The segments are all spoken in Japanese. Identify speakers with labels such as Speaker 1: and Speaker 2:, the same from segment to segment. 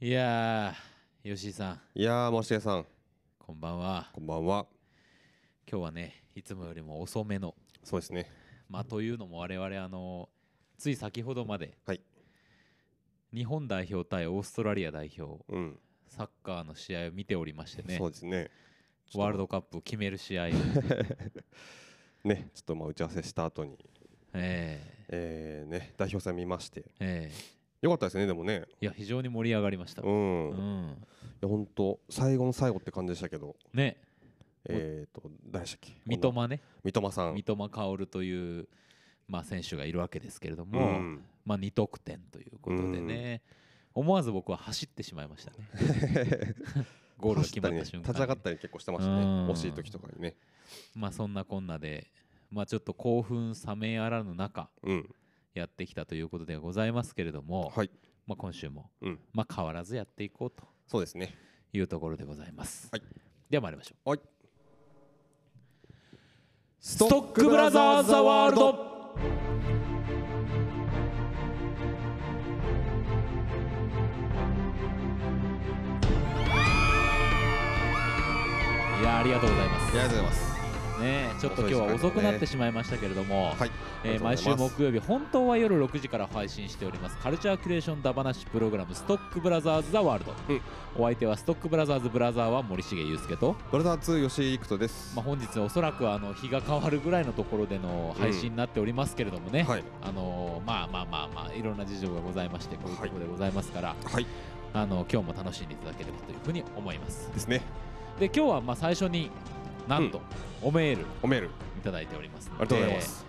Speaker 1: いやー、吉井さん、
Speaker 2: いやー、もしげさん、
Speaker 1: こんばんは。
Speaker 2: こんばんは。
Speaker 1: 今日はね、いつもよりも遅めの。
Speaker 2: そうですね。
Speaker 1: まあ、というのも我々、あのつい先ほどまで、
Speaker 2: はい
Speaker 1: 日本代表対オーストラリア代表、
Speaker 2: うん。
Speaker 1: サッカーの試合を見ておりましてね
Speaker 2: そ、うですね。
Speaker 1: ワールドカップを決める 試合を、
Speaker 2: ね、ちょっとまあ打ち合わせした後に、
Speaker 1: ええ
Speaker 2: えー、ね、代表戦見まして。
Speaker 1: ええ
Speaker 2: よかったですね、でもね。
Speaker 1: いや、非常に盛り上がりました。
Speaker 2: うん。
Speaker 1: う
Speaker 2: い
Speaker 1: ん、
Speaker 2: や、本当最後の最後って感じでしたけど、
Speaker 1: ね、
Speaker 2: えーと、誰でしたっけ
Speaker 1: 三
Speaker 2: この
Speaker 1: 笘ね、
Speaker 2: 三笘さん。
Speaker 1: 三笘薫という、まあ、選手がいるわけですけれども、
Speaker 2: うん
Speaker 1: まあ、2得点ということでね、思わず僕は走ってしまいましたね ゴールが決まった瞬間に
Speaker 2: 走たりね立ち上がったり結構してましたね。
Speaker 1: うん
Speaker 2: 惜しい時とかにね。
Speaker 1: まあ、そんなこんなで、まあ、ちょっと興奮冷めやらぬ中
Speaker 2: うん。
Speaker 1: やってきたということでございますけれども、
Speaker 2: はい。
Speaker 1: まあ、今週も、
Speaker 2: うん。
Speaker 1: まあ、変わらずやっていこうと
Speaker 2: そうですね。
Speaker 1: いうところでございます、
Speaker 2: はい
Speaker 1: では参りましょ
Speaker 2: はい。
Speaker 1: う
Speaker 2: ス
Speaker 1: ストックブラザーズ・ザ・ワールドいやありがとうございます
Speaker 2: ありがとうございます。
Speaker 1: ねえちょっと今日は遅くなってしまいましたけれども、
Speaker 2: はい。
Speaker 1: えー毎
Speaker 2: ありが
Speaker 1: 週
Speaker 2: とうございます
Speaker 1: 木曜日本当は夜6時から配信しておりますカルチャーキュレーションダバナシプログラム「ストックブラザーズ・ザ・ワールド」
Speaker 2: うん
Speaker 1: お相手はストックブラザーズ・ブラザーは森重裕介と、
Speaker 2: ブラザー2吉井陸斗です。
Speaker 1: まあ、本日おそらくあの日が変わるぐらいのところでの配信になっておりますけれどもね、
Speaker 2: はい。
Speaker 1: あのーまあまあまあまあいろんな事情がございましてこういうところでございますから、
Speaker 2: はい。
Speaker 1: あの今日も楽しんでいただければというふうに思います
Speaker 2: ですね。
Speaker 1: で今日はまあ最初になんと、おメール
Speaker 2: おメール。
Speaker 1: いただいておりますの
Speaker 2: ありがとうございます。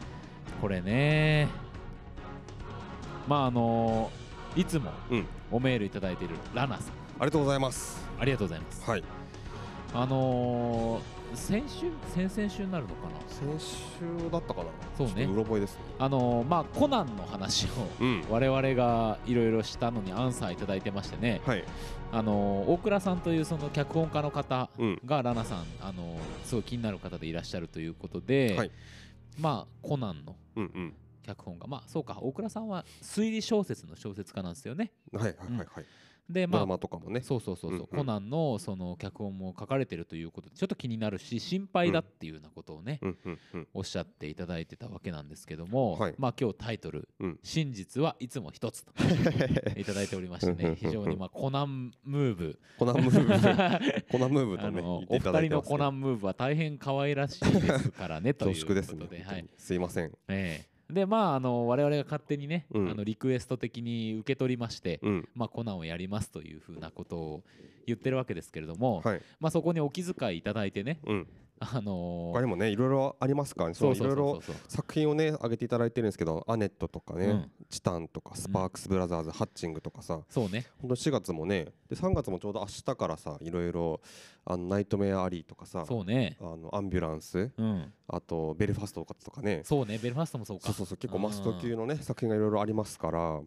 Speaker 1: これねまああのいつも
Speaker 2: うん。
Speaker 1: おメールいただいているラナさん
Speaker 2: ありがとうございます。
Speaker 1: ありがとうございます
Speaker 2: はい。
Speaker 1: あのー先週先々週になるのかな
Speaker 2: 先週だったかな。
Speaker 1: そうね
Speaker 2: ちょっとうろ覚えですね。
Speaker 1: あのーまあコナンの話を
Speaker 2: うん。
Speaker 1: 我々がいろいろしたのにアンサーいただいてましてね、
Speaker 2: はい。
Speaker 1: あのー大倉さんというその脚本家の方
Speaker 2: うん。
Speaker 1: がラナさん、あのーすごい気になる方でいらっしゃるということで、
Speaker 2: はい
Speaker 1: まあコナンの
Speaker 2: うん
Speaker 1: 脚本家まあそうか大倉さんは推理小説の小説家なんですよね
Speaker 2: うん。はいはいはいはい。
Speaker 1: で
Speaker 2: ド
Speaker 1: まあ
Speaker 2: ラマとかもね。
Speaker 1: そうそうそうそう、
Speaker 2: うんうん
Speaker 1: コナンのその脚本も書かれてるということでちょっと気になるし心配だっていうようなことをね、
Speaker 2: うんうんうん。
Speaker 1: おっしゃっていただいてたわけなんですけども、
Speaker 2: はい
Speaker 1: まあ今日タイトル「
Speaker 2: うん
Speaker 1: 真実はいつも一 つ」といただいておりまして
Speaker 2: うん うんうんう
Speaker 1: ね
Speaker 2: ん
Speaker 1: 非常にまあコナンムーブ
Speaker 2: コナンム ーブ。
Speaker 1: あ
Speaker 2: コナンムーブと
Speaker 1: の
Speaker 2: ね。言
Speaker 1: お
Speaker 2: っていただ
Speaker 1: 二人
Speaker 2: いて
Speaker 1: の
Speaker 2: ますけ
Speaker 1: コ
Speaker 2: ど
Speaker 1: ナンムーブは大変可愛らしいですからねという
Speaker 2: 恐
Speaker 1: こ
Speaker 2: 縮ですね
Speaker 1: と。で
Speaker 2: 本当
Speaker 1: は
Speaker 2: に
Speaker 1: い
Speaker 2: すいません。
Speaker 1: ええでまああの我々が勝手にね、
Speaker 2: うん
Speaker 1: あのリクエスト的に受け取りまして、
Speaker 2: うん。
Speaker 1: まあ、コナンをやりますというふうなことを言ってるわけですけれども、
Speaker 2: はい。
Speaker 1: まあ、そこにお気遣いいただいてね、
Speaker 2: うん。
Speaker 1: あの
Speaker 2: 他にもね、いろいろありますからね。そ
Speaker 1: そうう
Speaker 2: い
Speaker 1: そう
Speaker 2: ろ
Speaker 1: そ
Speaker 2: いう
Speaker 1: そ
Speaker 2: ろ
Speaker 1: うそう
Speaker 2: 作品をね、上げていただいてるんですけど、アネットとか
Speaker 1: う
Speaker 2: ね
Speaker 1: ん、
Speaker 2: チタンとか、スパークスブラザーズ、ハッチングとかさ。
Speaker 1: そうね
Speaker 2: 本当4月もねで3月もちょうど明日からさいろいろあのナイトメアアリーとかさ
Speaker 1: そうね
Speaker 2: あのアンビュランス
Speaker 1: うん
Speaker 2: あとベルファストとかとかね
Speaker 1: そうねベルファストもそうか
Speaker 2: そうそうそう結構マスト級
Speaker 1: の
Speaker 2: のね作品がいろいろありますから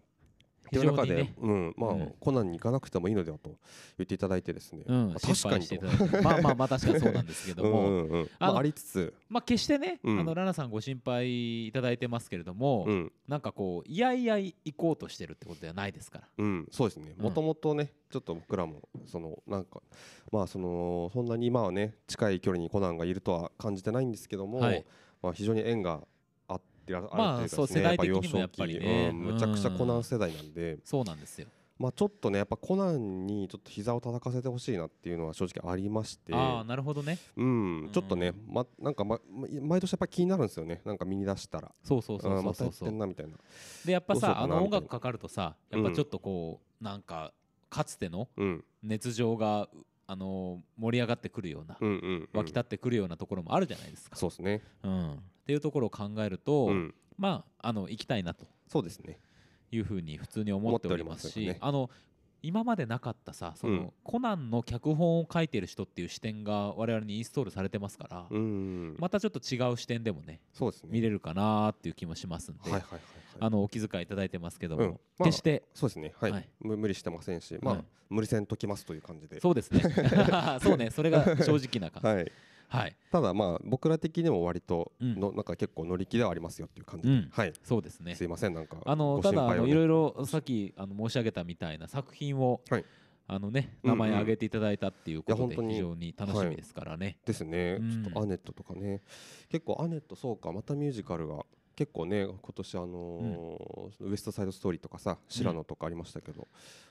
Speaker 1: 非
Speaker 2: そ
Speaker 1: 常
Speaker 2: の
Speaker 1: に
Speaker 2: 中で
Speaker 1: ね、
Speaker 2: うんまあ
Speaker 1: うん
Speaker 2: コナンに行かなくてもいいのではと言っていただいてですね
Speaker 1: うん、
Speaker 2: あ
Speaker 1: 心
Speaker 2: 確か
Speaker 1: 配
Speaker 2: に
Speaker 1: していた
Speaker 2: と
Speaker 1: だいてまあまあまあ確かにそうなんですけど
Speaker 2: うん
Speaker 1: も、
Speaker 2: うんうん
Speaker 1: あ
Speaker 2: ま
Speaker 1: の
Speaker 2: あありつつ
Speaker 1: まあ決してね、
Speaker 2: うん
Speaker 1: あのラナさんご心配いただいてますけれども、
Speaker 2: うん
Speaker 1: なんかこういやいや行こうとしてるってことではないですから
Speaker 2: うんそうですね
Speaker 1: うん
Speaker 2: もともとねちょっと僕らもそのなんかまあそのそんなに今はね近い距離にコナンがいるとは感じてないんですけども
Speaker 1: はい
Speaker 2: まあ非常に縁があってら
Speaker 1: まあ
Speaker 2: あるといかですね
Speaker 1: そう世代的にもやっぱり
Speaker 2: やっぱ
Speaker 1: ね
Speaker 2: 幼少期うんむちゃくちゃコナン世代なんで
Speaker 1: そうなんですよ、
Speaker 2: まあ、ちょっとねやっぱコナンにちょっと膝を叩かせてほしいなっていうのは正直ありまして
Speaker 1: ああなるほどね
Speaker 2: うんちょっと
Speaker 1: う
Speaker 2: ね
Speaker 1: ん、
Speaker 2: ま、なんか、ま、ま毎年やっぱ気になるんですよねなんか見出したら
Speaker 1: そうそうそう
Speaker 2: うん
Speaker 1: そ
Speaker 2: ま
Speaker 1: う
Speaker 2: た
Speaker 1: そ
Speaker 2: や
Speaker 1: う
Speaker 2: っ
Speaker 1: そ
Speaker 2: て
Speaker 1: うん
Speaker 2: なみたいな
Speaker 1: でやっぱ
Speaker 2: どうしよう
Speaker 1: さ
Speaker 2: か
Speaker 1: あ
Speaker 2: な
Speaker 1: の
Speaker 2: み
Speaker 1: 音
Speaker 2: たいな
Speaker 1: 楽かかるとさやっぱちょっとこう、なんかかつての
Speaker 2: うん
Speaker 1: 熱情がうあの盛り上がってくるような、
Speaker 2: うんうん、うん、
Speaker 1: 湧き立ってくるようなところもあるじゃないですか。
Speaker 2: そうですね
Speaker 1: うん、っていうところを考えると、
Speaker 2: うん
Speaker 1: まああの行きたいなと
Speaker 2: そうですね
Speaker 1: いうふうに普通に思っておりますし
Speaker 2: 思っておりますよね
Speaker 1: あの今までなかったさその、
Speaker 2: うん
Speaker 1: コナンの脚本を書いてる人っていう視点が我々にインストールされてますから、
Speaker 2: うんうん
Speaker 1: またちょっと違う視点でもね
Speaker 2: そうですね
Speaker 1: 見れるかなっていう気もしますんで、
Speaker 2: はいはいはいはい
Speaker 1: あのお気遣いいただいてますけども、
Speaker 2: うんまあ
Speaker 1: 決して
Speaker 2: そうですねはい、
Speaker 1: はい
Speaker 2: む無理してませんしまあ、
Speaker 1: はい
Speaker 2: 無理せんときますという感じで
Speaker 1: そう ですねそうねそれが正直な感じ、はい
Speaker 2: はいただまあ僕ら的にも割と
Speaker 1: うん
Speaker 2: の、なんか結構乗り気ではありますよっていう感じで、
Speaker 1: うん
Speaker 2: はい
Speaker 1: そうですね
Speaker 2: すいませんなんか
Speaker 1: あの
Speaker 2: ご
Speaker 1: た
Speaker 2: 心
Speaker 1: だあ
Speaker 2: 配を
Speaker 1: の
Speaker 2: ね
Speaker 1: いろいろさっきあの申し上げたみたいな作品を、
Speaker 2: はい
Speaker 1: あのね
Speaker 2: うん
Speaker 1: 名
Speaker 2: うん
Speaker 1: 前挙げていただいたっていうこ
Speaker 2: いや
Speaker 1: と
Speaker 2: 本
Speaker 1: で
Speaker 2: 当に
Speaker 1: 非常に楽しみですからね。
Speaker 2: ですね、
Speaker 1: うん
Speaker 2: ちょっとアネットとかね結構アネットそうかまたミュージカルが結構ね今年あのーウエストサイドストーリーとかさ白野とかありましたけど、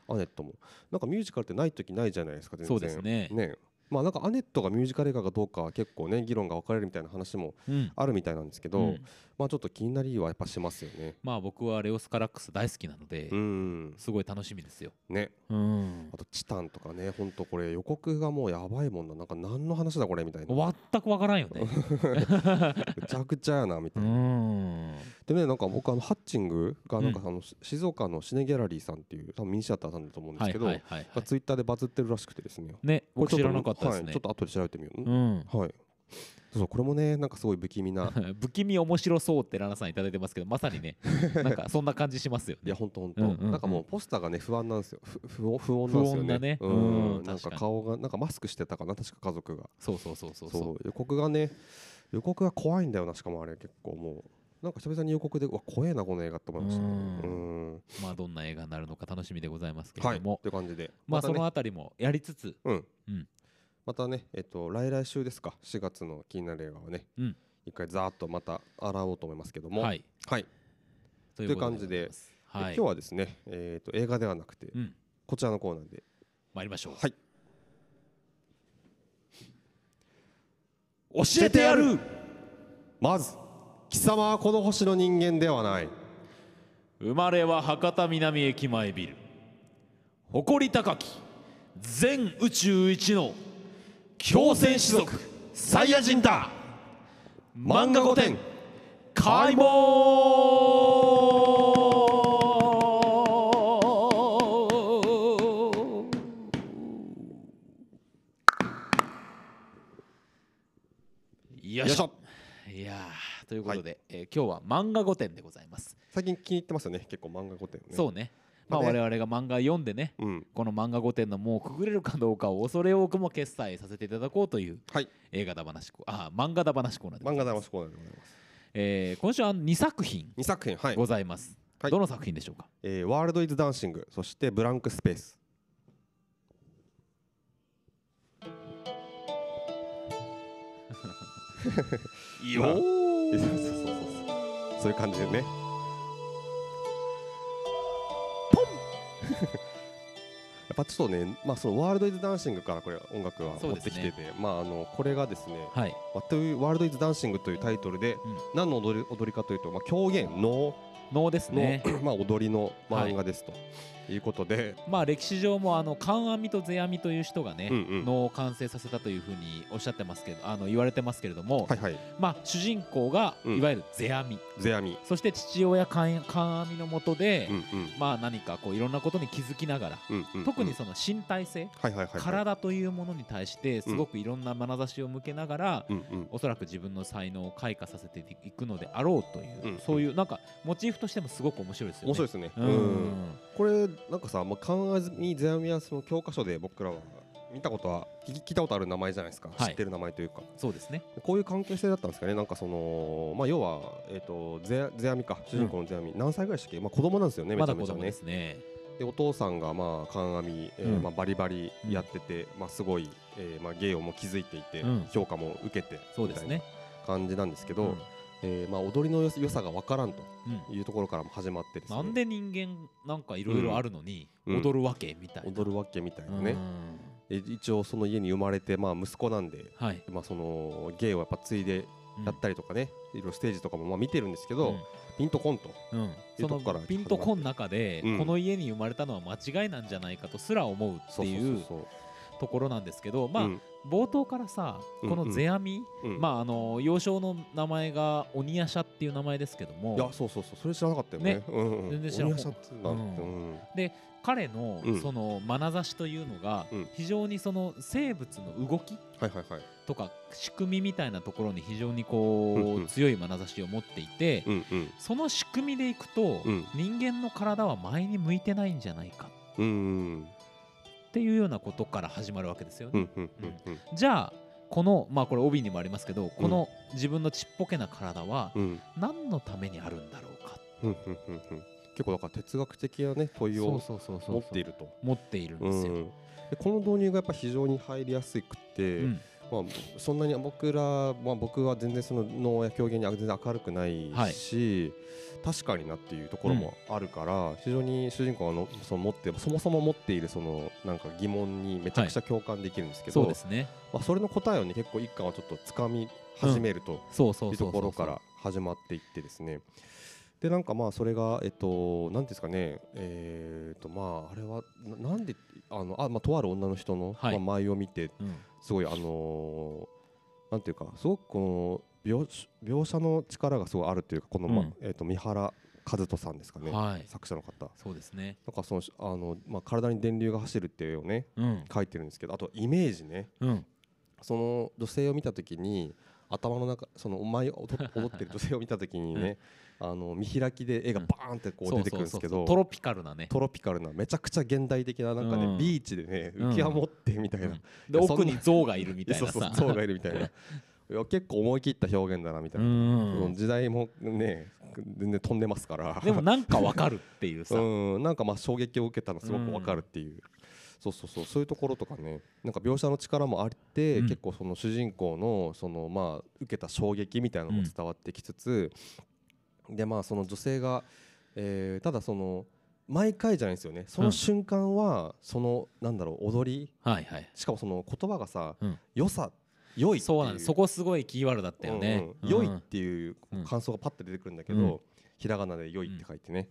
Speaker 2: アネットもなんかミュージカルってない時ないじゃないですか全然
Speaker 1: そうですね
Speaker 2: まあなんかアネットがミュージカル映画かどうかは結構ね議論が分かれるみたいな話も
Speaker 1: うん
Speaker 2: あるみたいなんですけど、
Speaker 1: うん
Speaker 2: まあちょっと気になりはやっぱしますよね
Speaker 1: まあ僕はレオスカラックス大好きなので、
Speaker 2: うん
Speaker 1: すごい楽しみですよ。
Speaker 2: ね
Speaker 1: うん
Speaker 2: あ、と「チタン」とかねほんとこれ予告がもうやばいもんななんか何の話だこれみたいな
Speaker 1: 全くわからんよ ね。
Speaker 2: めちゃくちゃやなみた
Speaker 1: う
Speaker 2: いな。
Speaker 1: ん、
Speaker 2: でねなんか僕あのハッチングがなんか
Speaker 1: う
Speaker 2: あのし静岡のシネギャラリーさんっていう多分ミニシアターさんだと思うんで
Speaker 1: は
Speaker 2: す
Speaker 1: い
Speaker 2: けど、
Speaker 1: はいはい、は
Speaker 2: がツイッターでバズってるらしくてですね
Speaker 1: い。ね、
Speaker 2: これ
Speaker 1: 僕
Speaker 2: ちょ
Speaker 1: 知
Speaker 2: と
Speaker 1: らなかったです
Speaker 2: は
Speaker 1: ね
Speaker 2: い、ちょっ。と後で調べてみよう、
Speaker 1: うん、
Speaker 2: はいそうこれもねなんかすごい不気味な
Speaker 1: 不気味面白そうってラナさんいただいてますけど、まさにね、なんかそんな感じしますよ
Speaker 2: い
Speaker 1: ね
Speaker 2: や。ほんとほんと、
Speaker 1: うんうんうん
Speaker 2: なんかもうポスターがね不安なんですよふ不穏不穏なんです
Speaker 1: 不
Speaker 2: よね
Speaker 1: 穏だね
Speaker 2: うん
Speaker 1: うん
Speaker 2: なん
Speaker 1: 確か
Speaker 2: か
Speaker 1: に
Speaker 2: 顔がなんかマスクしてたかな確か家族が
Speaker 1: そうそうそうそう
Speaker 2: そう
Speaker 1: そう。
Speaker 2: 予告がね予告が怖いんだよなしかもあれ結構もうなんか久々に予告でうわ怖えなこの映画って思いましたね
Speaker 1: う
Speaker 2: うん
Speaker 1: まあどんな映画になるのか楽しみでございますけ
Speaker 2: は
Speaker 1: れ
Speaker 2: い
Speaker 1: ども、
Speaker 2: って感じで
Speaker 1: まあ
Speaker 2: た
Speaker 1: そ
Speaker 2: ね
Speaker 1: のあたりもやりつつ、
Speaker 2: うん。
Speaker 1: うん
Speaker 2: またね、えっと、来来週ですか、4月の気になる映画をね、
Speaker 1: うん
Speaker 2: 一回ざーっとまた洗おうと思いますけども、
Speaker 1: はい、
Speaker 2: はいで
Speaker 1: と
Speaker 2: いう感じで
Speaker 1: いうことございますはい、
Speaker 2: 今日はですね、えっと映画ではなくて、
Speaker 1: うん、
Speaker 2: こちらのコーナーで、
Speaker 1: 参りましょう。
Speaker 2: はい、
Speaker 1: 教えてやる。
Speaker 2: まず、貴様はこの星の人間ではない、
Speaker 1: 生まれは博多南駅前ビル誇り高き全宇宙一の強戦士族サイヤ人だ漫画御殿開門よい
Speaker 2: よい
Speaker 1: し
Speaker 2: しょ
Speaker 1: ょいやーということで、えー今日は漫画御殿でございます
Speaker 2: 最近気に入ってますよね、結構漫画御殿、ね、
Speaker 1: そうね。まあ、
Speaker 2: まあ
Speaker 1: 我々
Speaker 2: ね
Speaker 1: が漫画読んでね、
Speaker 2: うん、
Speaker 1: この漫画御殿のもうくぐれるかどうかを恐れ多くも決済させていただこうという
Speaker 2: はい、
Speaker 1: 映画だ話コあ漫画だ話コーナーでご
Speaker 2: 漫
Speaker 1: ざ
Speaker 2: 画
Speaker 1: い
Speaker 2: だ
Speaker 1: ま。
Speaker 2: ますコーナーでございます。
Speaker 1: えー今週は2作品
Speaker 2: 2作品、はい
Speaker 1: ございます。
Speaker 2: はい
Speaker 1: どの作品でしょうか。
Speaker 2: えーワールド・イズ・ダンシング、そしてブランク・スペース。よー そうそうそうそうそういう感じでねポン やっぱちょっとね、まあ、そのワールド・イズ・ダンシングからこれ音楽は
Speaker 1: そ
Speaker 2: 持
Speaker 1: うで
Speaker 2: っ
Speaker 1: す
Speaker 2: て
Speaker 1: ね
Speaker 2: きてて、まあ、あのこれがですね
Speaker 1: はい。
Speaker 2: 「まあ、というワールド・イズ・ダンシング」というタイトルで、
Speaker 1: ん
Speaker 2: 何の踊り踊りかというと、まあ、狂言能
Speaker 1: 能です
Speaker 2: の、
Speaker 1: ね。
Speaker 2: まあ、踊りの漫画ですと、い、うことで、
Speaker 1: まあ歴史上もあの観阿弥と世阿弥という人がね、
Speaker 2: うんうん
Speaker 1: 能を完成させたというふうにおっしゃってますけど、あの言われてますけれども、
Speaker 2: はいはい
Speaker 1: まあ主人公が
Speaker 2: うん
Speaker 1: いわゆる世阿弥、
Speaker 2: 世阿弥、
Speaker 1: そして父親観観阿弥のもとで、
Speaker 2: うんうん
Speaker 1: まあ何かこういろんなことに気づきながら、
Speaker 2: うんうんうん
Speaker 1: 特にその身体性、
Speaker 2: はいはいはいはい、
Speaker 1: 体というものに対してすごくいろんな眼差しを向けながら、
Speaker 2: うんうん
Speaker 1: おそらく自分の才能を開花させていくのであろうという、
Speaker 2: うん
Speaker 1: そういうなんかモチーフとしてもすごく面白いですよね。
Speaker 2: 面白いですね。
Speaker 1: うん
Speaker 2: うんこれなんかさ、まあ、観阿弥世阿弥はその教科書で僕らは見たことは聞き聞いたことある名前じゃないですか、
Speaker 1: はい
Speaker 2: 知ってる名前というか
Speaker 1: そうですね。
Speaker 2: こういう関係性だったんですかねなんかその、まあ、要は、えー、と世世阿弥か主人公の世阿弥、何歳ぐらいでしたっけ、まあ、子供なんですよねめ
Speaker 1: ま
Speaker 2: ち
Speaker 1: だ
Speaker 2: ゃめ
Speaker 1: 子
Speaker 2: ちゃ
Speaker 1: 供
Speaker 2: ね
Speaker 1: ですね。
Speaker 2: でお父さんがまあ観阿弥、えー
Speaker 1: うん
Speaker 2: まあ、バリバリやってて、まあ、すごい、えーまあ、芸をも気づいていて、
Speaker 1: うん
Speaker 2: 評価も受けて
Speaker 1: そうですね。
Speaker 2: 感じなんですけど、
Speaker 1: うん
Speaker 2: えーまあ、踊りのよ良さが分からんと
Speaker 1: うん
Speaker 2: いうところからも始まってですね
Speaker 1: なんで人間なんかいろいろあるのに
Speaker 2: うん
Speaker 1: 踊るわけみたいな。
Speaker 2: 踊るわけみたいな
Speaker 1: う
Speaker 2: ね、
Speaker 1: ん
Speaker 2: え一応その家に生まれて、まあ、息子なんで、
Speaker 1: はい。
Speaker 2: まあ、その芸をやっぱ継いでやったりとかね、いろいろステージとかもまあ見てるんですけど、ピンとコンと、
Speaker 1: うんうん
Speaker 2: いう
Speaker 1: そ
Speaker 2: とこから
Speaker 1: のピンとこん中で、
Speaker 2: うん
Speaker 1: この家に生まれたのは間違いなんじゃないかとすら思うっていう
Speaker 2: そうそう
Speaker 1: ところなんですけど、
Speaker 2: そう
Speaker 1: まあ、
Speaker 2: うん
Speaker 1: 冒頭からさ
Speaker 2: うん
Speaker 1: この世阿弥、
Speaker 2: うん
Speaker 1: まああの幼少の名前が鬼夜叉っていう名前ですけど
Speaker 2: いや
Speaker 1: も
Speaker 2: そうそうそうそれ知らなかったよね
Speaker 1: ね
Speaker 2: うんうん、
Speaker 1: 全然知らん
Speaker 2: お庭さんっていうのがあって
Speaker 1: う
Speaker 2: うん
Speaker 1: 彼の
Speaker 2: うん
Speaker 1: その眼差しというのが
Speaker 2: うん
Speaker 1: 非常にその生物の動き
Speaker 2: はいはいはい、
Speaker 1: とか仕組みみたいなところに非常に
Speaker 2: うん
Speaker 1: こ
Speaker 2: うん
Speaker 1: う強い眼差しを持っていて
Speaker 2: うんうん
Speaker 1: その仕組みでいくと
Speaker 2: うん
Speaker 1: 人間の体は前に向いてないんじゃないか
Speaker 2: うんうん
Speaker 1: っていうようなことから始まるわけですよ
Speaker 2: う
Speaker 1: ね。
Speaker 2: んうんうん
Speaker 1: じゃあこのまあこれ帯にもありますけどこの自分のちっぽけな体は
Speaker 2: うん
Speaker 1: 何のためにあるんだろうか
Speaker 2: うんうんうんうん結構だから哲学的なね問い
Speaker 3: そう
Speaker 2: を
Speaker 3: そうそうそう
Speaker 2: 持っていると
Speaker 1: 持っているんですよ、
Speaker 2: うんでこの導入がやっぱ非常に入りやすくて、
Speaker 1: うん
Speaker 2: まあ、そんなに僕ら、まあ、僕は全然その能や狂言に全然明るくないし、確かになっていうところもあるから、非常に主人公のその持ってそもそも持っているそのなんか疑問にめちゃくちゃ共感できるんですけど、
Speaker 1: そうですね
Speaker 2: まあ、それの答えをね結構一巻はちょっとつかみ始めると
Speaker 1: そうそ
Speaker 2: いうう
Speaker 1: そ
Speaker 2: と
Speaker 1: うそう
Speaker 2: ころから始まっていってですねでなんかまあそれがえっと何ですかねえー、とまああれはななんであのあ、まあ、とある女の人の、
Speaker 1: はい
Speaker 2: まあ、舞を見て
Speaker 1: うん
Speaker 2: すごいあのーなんていうかすごくこの描写描写の力がすごいあるというかこの、ま
Speaker 1: うん
Speaker 2: えっと三原和人さんですかね、
Speaker 1: はい
Speaker 2: 作者の方
Speaker 1: そうですね
Speaker 2: なんかそのあの、まあ、体に電流が走るっていう絵をね
Speaker 1: うん
Speaker 2: 書いてるんですけどあとイメージね
Speaker 1: うん
Speaker 2: その女性を見たときに頭の中そのお前を踊踊ってる女性を見たときにね、あの見開きで絵がバーンってこう出てくるんで
Speaker 1: そうそう
Speaker 2: すけ
Speaker 1: そうそ
Speaker 2: ど
Speaker 1: うトロピカルなね
Speaker 2: トロピカルなめちゃくちゃ現代的ななんかね、
Speaker 1: うん
Speaker 2: ビーチでね
Speaker 1: うん
Speaker 2: 浮き輪持ってみたいな、
Speaker 1: うんで
Speaker 2: いやそんな
Speaker 1: 奥に象がいるみたいな
Speaker 2: そうそ
Speaker 1: さ
Speaker 2: うそうがいるみたいないや結構思い切った表現だなみたいうな、
Speaker 1: ん
Speaker 2: その時代もね全然飛んでますから
Speaker 1: でもなんかわかるっていうさ、
Speaker 2: うん、なんかまあ衝撃を受けたのすごくわかるっていう、そうそうそうそういうところとかねなんか描写の力もあって、
Speaker 1: うん
Speaker 2: 結構その主人公のそのまあ受けた衝撃みたいなのも伝わってきつつ、でまあその女性が、えーただその毎回じゃないんですよねその瞬間はその、なんだろう踊り
Speaker 1: はいはい
Speaker 2: しかもその言葉がさ、
Speaker 1: うん
Speaker 2: 良さ良いっていう
Speaker 1: そうなんですそこすごいキーワードだったよね、
Speaker 2: うんうん良い
Speaker 1: うん
Speaker 2: っていう
Speaker 1: うん
Speaker 2: 感想がパッと出てくるんだけど、
Speaker 1: うん
Speaker 2: ひらがなで良いって書いてね、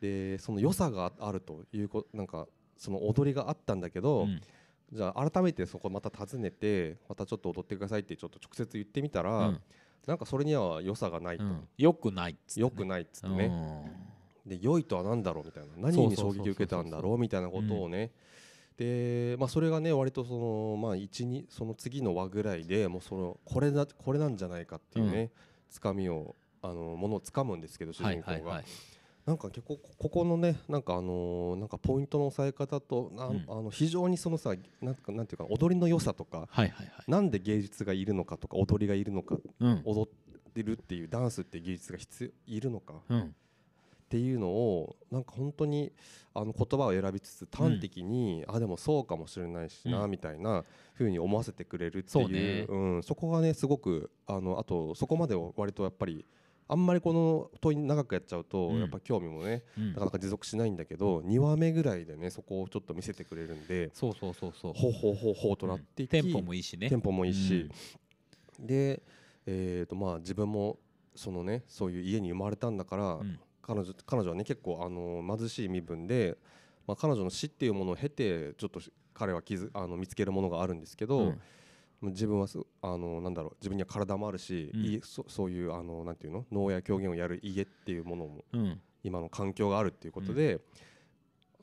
Speaker 2: でその良さがあるというこなんかその踊りがあったんだけど、
Speaker 1: うん
Speaker 2: じゃあ改めてそこまた訪ねてまたちょっと踊ってくださいってちょっと直接言ってみたら、
Speaker 1: うん
Speaker 2: なんかそれには良さがないと、
Speaker 1: うんよくないっつってね
Speaker 2: 良くないっつってね、で良いとは何だろうみたいな
Speaker 1: そ
Speaker 2: 何
Speaker 1: うそ
Speaker 2: に
Speaker 1: うそうそ
Speaker 2: 衝
Speaker 1: う
Speaker 2: 撃を受けたんだろうみたいなことをね、で、まあ、それがね割とその,、まあ、一二その次の輪ぐらいでもうそのこれだこれなんじゃないかっていうね、つかみをあのものをつかむんですけど主
Speaker 1: うんは
Speaker 2: 人
Speaker 1: い
Speaker 2: 公が、
Speaker 1: はいはい
Speaker 2: なんか結構こここのねなんかあのーなんかポイントの押さえ方とな、
Speaker 1: うん
Speaker 2: あの非常にそのさなんかなんていうか踊りの良さと
Speaker 1: は
Speaker 2: か
Speaker 1: いはいはい
Speaker 2: なんで芸術がいるのかとか踊りがいるのか
Speaker 1: うん
Speaker 2: 踊ってるっていうダンスっていう技術が必要いるのか
Speaker 1: うん
Speaker 2: っていうのをなんか本当にあの言葉を選びつつ端的に、あでもそうかもしれないしな、
Speaker 1: うん
Speaker 2: みたいなふうに思わせてくれるっていう
Speaker 1: そうね
Speaker 2: ん、そこがねすごくあのあとそこまでを割とやっぱりあんまりこの問い長くやっちゃうと、
Speaker 1: うん
Speaker 2: やっぱ興味もね
Speaker 1: うん
Speaker 2: なかなか持続しないんだけど、2話目ぐらいでねそこをちょっと見せてくれるんで
Speaker 1: そうそうそうそう
Speaker 2: ほうほうほうほうとなっていき、
Speaker 1: テンポもいいしね
Speaker 2: テンポもいいし、で、えーとまあ、自分もそのねそういう家に生まれたんだから、
Speaker 1: うん
Speaker 2: 彼女彼女はね結構あの貧しい身分で、まあ、彼女の死っていうものを経てちょっと彼は気づあの見つけるものがあるんですけど、
Speaker 1: うん
Speaker 2: 自分はすあのなんだろう自分には体もあるし、
Speaker 1: うん
Speaker 2: いそそういうあのなんていうの能や狂言をやる家っていうものも
Speaker 1: うん
Speaker 2: 今の環境があるっていうことで、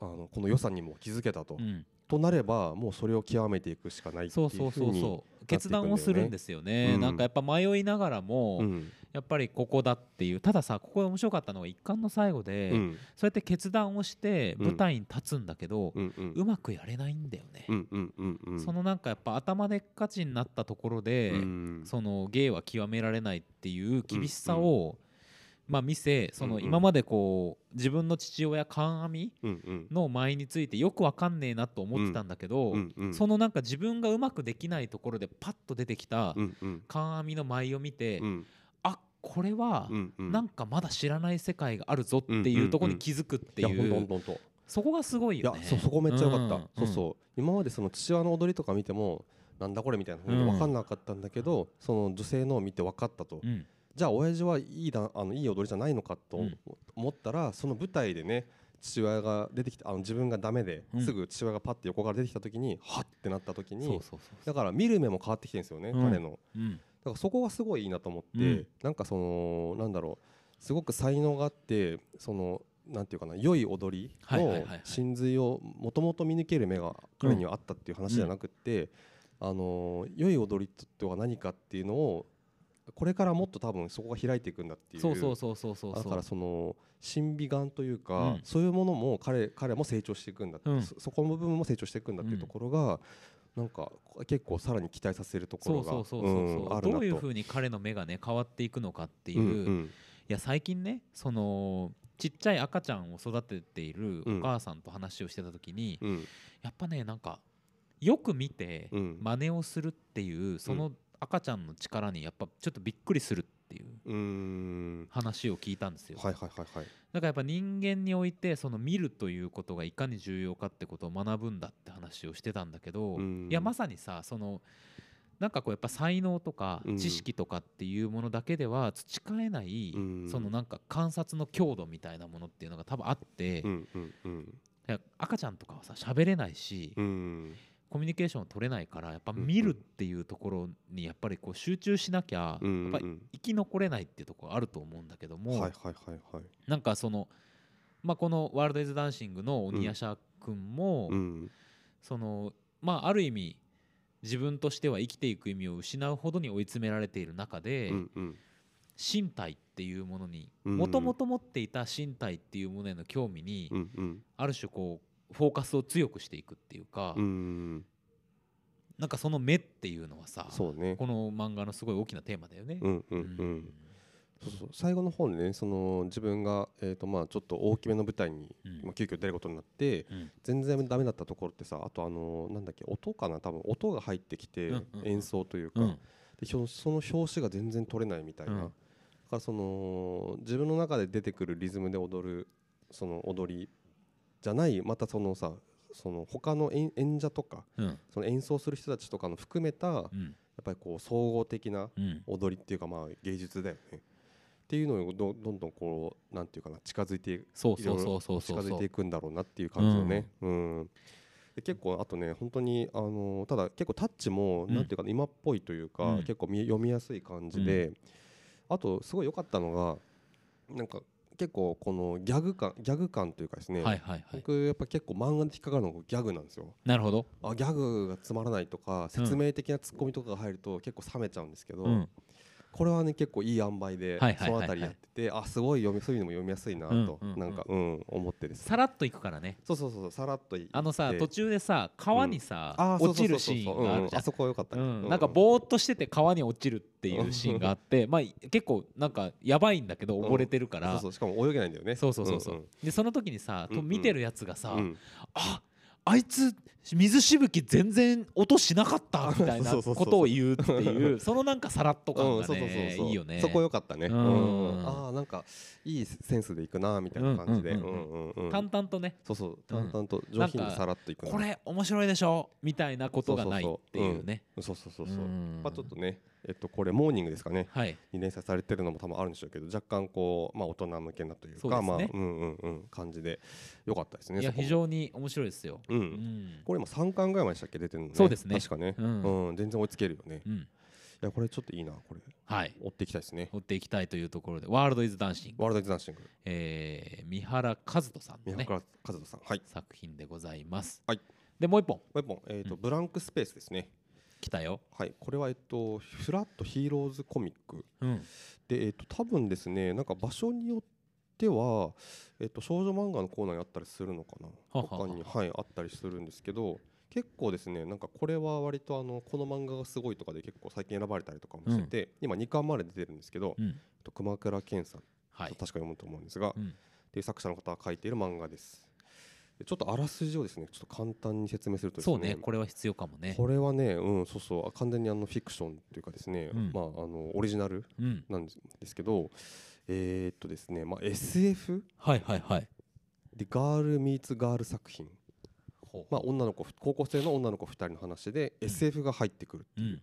Speaker 2: あのこの良さにも気づけたと、
Speaker 1: うん
Speaker 2: となればもうそれを極めていくしかないってい
Speaker 1: そうう
Speaker 2: ふう
Speaker 1: そ
Speaker 2: に
Speaker 1: うそうそう決断をするんですよね、
Speaker 2: うん
Speaker 1: なんかやっぱ迷いながらも、
Speaker 2: うん
Speaker 1: やっぱりここだっていうたださここで面白かったのは一巻の最後で、
Speaker 2: うん
Speaker 1: そうやって決断をして
Speaker 2: うん
Speaker 1: 舞台に立つんだけど、う
Speaker 2: うんうん
Speaker 1: まくやれないんだよね、
Speaker 2: うんうんうんうん
Speaker 1: そのなんかやっぱ頭でっかちになったところで、
Speaker 2: うん
Speaker 1: その芸は極められないっていう厳しさを、まあ、見せそ
Speaker 2: うん
Speaker 1: の
Speaker 2: うん
Speaker 1: 今までこう自分の父親観阿弥
Speaker 2: うんうん
Speaker 1: の舞についてよくわかんねえなと思ってたんだけど、
Speaker 2: うんうん
Speaker 1: そのなんか自分がうまくできないところでパッと出てきた
Speaker 2: うんうん
Speaker 1: 観阿弥の舞を見て、
Speaker 2: うん
Speaker 1: あこれは
Speaker 2: うんうん
Speaker 1: なんかまだ知らない世界があるぞっていうところに気づくって
Speaker 2: いや
Speaker 1: い
Speaker 2: ほんとほん
Speaker 1: う
Speaker 2: とほんと
Speaker 1: そこがすごい
Speaker 2: い
Speaker 1: よ
Speaker 2: や
Speaker 1: ね。
Speaker 2: そうそこめっちゃ良かった、
Speaker 1: うん
Speaker 2: そうそう、今までその父親の踊りとか見てもなんだこれみたいな風に分かんなかったんだけど、その女性のを見て分かったと、
Speaker 1: うん
Speaker 2: じゃあ親父はいいだあのいい踊りじゃないのかと
Speaker 1: うん
Speaker 2: 思ったら、その舞台でね父親が出てきたあの自分がダメで、
Speaker 1: うん
Speaker 2: すぐ父親がパッて横から出てきた時にはっってなった時に
Speaker 1: そうそうそうそ
Speaker 2: だから見る目も変わってきてるんですよね、
Speaker 1: うん
Speaker 2: 彼の
Speaker 1: ううん
Speaker 2: だからそこがすごいいいなと思って、
Speaker 1: うん
Speaker 2: なんかそのなんだろうすごく才能があってそのなんていうかな良い踊り
Speaker 1: はいはいはい
Speaker 2: の
Speaker 1: はい
Speaker 2: 真髄をもともと見抜ける目が彼にはあったっていう話じゃなくって、あの良い踊りとは何かっていうのをこれからもっと多分そこが開いていくんだっていう
Speaker 1: そうそうそうそうそう
Speaker 2: だから
Speaker 1: そ
Speaker 2: その審美眼という
Speaker 1: う
Speaker 2: か、
Speaker 1: ん
Speaker 2: そういうものも彼彼も成長していくんだって、
Speaker 1: うん
Speaker 2: そそこの部分も成長していくんだっていうところが、なんか結構さらに期待させるところ
Speaker 1: う
Speaker 2: が
Speaker 1: そうそうそう
Speaker 2: うん
Speaker 1: そ
Speaker 2: あ
Speaker 1: う
Speaker 2: るな
Speaker 1: ど
Speaker 2: と
Speaker 1: ういうふうに彼の目がね変わっていくのかっていうう、
Speaker 2: んう
Speaker 1: い
Speaker 2: ん
Speaker 1: や最近ねそのちっちゃい赤ちゃんを育てている
Speaker 2: うん
Speaker 1: お母さんと話をしてた時に、
Speaker 2: うん
Speaker 1: やっぱねなんかよく見て
Speaker 2: うん
Speaker 1: 真似をするっていうその赤ちゃんの力にやっぱちょっとびっくりするっていう
Speaker 2: うーん
Speaker 1: 話を聞いたんですよ、
Speaker 2: はいはいはいはい
Speaker 1: だからやっぱ人間においてその見るということがいかに重要かってことを学ぶんだって話をしてたんだけど、
Speaker 2: うん
Speaker 1: いやまさにさそのなんかこうやっぱ才能とか
Speaker 2: うん
Speaker 1: 知識とかっていうものだけでは培えない、
Speaker 2: うん
Speaker 1: そのなんか観察の強度みたいなものっていうのが多分あって、
Speaker 2: う
Speaker 1: い
Speaker 2: んうんうん
Speaker 1: や赤ちゃんとかはさ喋れないし、
Speaker 2: うん
Speaker 1: コミュニケーションを取れないからやっぱ
Speaker 2: ん
Speaker 1: 見るっていうところにやっぱりこう集中しなきゃ、
Speaker 2: うんう
Speaker 1: や
Speaker 2: ん
Speaker 1: っぱり生き残れないっていうところあると思うんだけども、
Speaker 2: はいはいはいはい
Speaker 1: なんかその、まあ、この「ワールド・イズ・ダンシング」の鬼谷社君も、
Speaker 2: うん
Speaker 1: そのまあある意味自分としては生きていく意味を失うほどに追い詰められている中で、
Speaker 2: うんうん
Speaker 1: 身体っていうものに
Speaker 2: うん
Speaker 1: もともと持っていた身体っていうものへの興味に、
Speaker 2: うんうん
Speaker 1: ある種こうフォーカスを強くしていくっていうか、
Speaker 2: うん
Speaker 1: なんかその目っていうのはさ
Speaker 2: そうね
Speaker 1: この漫画のすごい大きなテーマだよね。
Speaker 2: うんう
Speaker 1: うんん
Speaker 2: うんそうそう最後の方にねその自分が、えーとまあ、ちょっと大きめの舞台に、
Speaker 1: うん
Speaker 2: まあ、急遽出ることになって
Speaker 1: うん
Speaker 2: 全然ダメだったところってさあとあのなんだっけ音かな多分音が入ってきて
Speaker 1: うんうんうん
Speaker 2: 演奏というか、
Speaker 1: うん
Speaker 2: でひょその表紙が全然取れないみたいな、
Speaker 1: うん
Speaker 2: だからその自分の中で出てくるリズムで踊るその踊りじゃないまたそのさその他の演演者とか
Speaker 1: うん
Speaker 2: その演奏する人たちとかの含めたやっ
Speaker 1: うん
Speaker 2: ぱりこう総合的な
Speaker 1: うん
Speaker 2: 踊りっていうかまあ芸術だよねっていうのをどどんどんこうなんていうかな近づいてい
Speaker 1: そうそうそうそうそ
Speaker 2: 近
Speaker 1: う
Speaker 2: づ
Speaker 1: そ。
Speaker 2: いていうくんだろうなっていう感じのね、うんで結構あとね本当にあのただ結構タッチも
Speaker 1: うん
Speaker 2: なんていうかな今っぽいというか、
Speaker 1: うん
Speaker 2: 結構み読みやすい感じで、あとすごい良かったのがなんか結構このギャグ感ギャグ感というかですね、
Speaker 1: はいはいはい。
Speaker 2: 僕やっぱ結構漫画で引っかかるのがギャグなんですよ
Speaker 1: なるほど。
Speaker 2: あギャグがつまらないとか
Speaker 1: うん
Speaker 2: 説明的なツッコミとかが入ると結構冷めちゃうんですけど、
Speaker 1: うん
Speaker 2: これはね結構いい塩梅で
Speaker 1: はいはいはいはい
Speaker 2: その辺りやっててあすごい読みそういうのも読みやすいなと
Speaker 1: うんうんうん
Speaker 2: なんかうん思ってです
Speaker 1: さらっといくからね。
Speaker 2: そうそうそうそうさらっとい
Speaker 1: あのさ
Speaker 2: で
Speaker 1: 途中でさ川にさ、
Speaker 2: あーそう
Speaker 1: 落
Speaker 2: そう
Speaker 1: ち
Speaker 2: そ
Speaker 1: るシ
Speaker 2: うそう
Speaker 1: ーンがあるじ
Speaker 2: うん
Speaker 1: ゃ
Speaker 2: あそこは良かった
Speaker 1: ん。
Speaker 2: ね
Speaker 1: うんなんかぼーっとしてて川に落ちるっていうシーンがあって、まあ結構なんかやばいんだけど溺れてるか
Speaker 2: そ
Speaker 1: ら
Speaker 2: う、そうしかも泳げないんだよね
Speaker 1: そうそうそうそう。
Speaker 2: ん
Speaker 1: でその時にさ、と
Speaker 2: うんうん
Speaker 1: 見てるやつがさ、
Speaker 2: うんうん
Speaker 1: ああいつ水しぶき全然音しなかったみたいな
Speaker 2: そうそうそうそ
Speaker 1: こ
Speaker 2: う
Speaker 1: とを言うって いうそのなんかさらっと感
Speaker 2: うん
Speaker 1: が
Speaker 2: そうそうそう
Speaker 1: ね
Speaker 2: そう
Speaker 1: いいよね。
Speaker 2: そこ良かったね
Speaker 1: う
Speaker 2: うんんああなんかいいセンスでいくなみたいな感じで
Speaker 1: う
Speaker 2: うんん
Speaker 1: う
Speaker 2: うんんうん
Speaker 1: 淡々とね
Speaker 2: そうそう淡々と上品にさらっといくな
Speaker 1: これ面白いでしょみたいなことがないっていうね。
Speaker 2: そうそうそうそう
Speaker 1: うん
Speaker 2: まあちょっとねえっとこれモーニングですかね
Speaker 1: はい、
Speaker 2: に連載されてるのも多分あるんでしょうけど若干こうまあ大人向けなという
Speaker 1: そう
Speaker 2: か
Speaker 1: です
Speaker 2: まあ
Speaker 1: ね
Speaker 2: うんうんうん感じで良かったですね
Speaker 1: いや
Speaker 2: そこも
Speaker 1: 非常に面白いですよ。
Speaker 2: う
Speaker 1: うんん
Speaker 2: これ今三巻ぐらいまでしたっけ出てるのね
Speaker 1: そうですね
Speaker 2: 確かね
Speaker 1: うん
Speaker 2: うん全然追いつけるよね
Speaker 1: うん
Speaker 2: いやこれちょっといいなこれ
Speaker 1: はい
Speaker 2: 追っていきたいですね
Speaker 1: 追っていきたいというところで「ワールド・イズ・ダンシング
Speaker 2: ワールドエイズダンシング」
Speaker 1: えー三原和人さん
Speaker 2: 三
Speaker 1: の、ね、
Speaker 2: 原和人さんはい
Speaker 1: 作品でございます。
Speaker 2: はい
Speaker 1: でもう一本
Speaker 2: もう一本えっと
Speaker 1: う
Speaker 2: ブランクスペースですね
Speaker 1: 来たよ。
Speaker 2: はいこれはえっとフラットヒーローズコミック
Speaker 1: うん
Speaker 2: で、えっと多分ですねなんか場所によっては、えっと少女漫画のコーナーにあったりするのかな
Speaker 1: ははは
Speaker 2: 他に、はい、あったりするんですけど結構ですねなんかこれは割とあのこの漫画がすごいとかで結構最近選ばれたりとかもしてて、今2巻まで出てるんですけど、えっ
Speaker 1: うん
Speaker 2: と熊倉健さんと
Speaker 1: は
Speaker 2: 確
Speaker 1: い
Speaker 2: か読むと思うんですが、
Speaker 1: う
Speaker 2: っ
Speaker 1: ん
Speaker 2: ていう作者の方が書いている漫画ですでちょっとあらすじをですねちょっと簡単に説明するとです
Speaker 1: そ
Speaker 2: ね
Speaker 1: うねこれは必要かもね。
Speaker 2: これはね、うん、そうそうあ完全にあのフィクションというかですね、
Speaker 1: うん
Speaker 2: まあ、あのオリジナル
Speaker 1: うん、
Speaker 2: なんですけど、えーっとですね、まあ、SF
Speaker 1: はいはいはい。
Speaker 2: でガール・ミーツ・ガール作品、
Speaker 1: ほう
Speaker 2: まあ、女の子高校生の女の子2人の話で
Speaker 1: うん
Speaker 2: SF が入ってくる、
Speaker 1: うん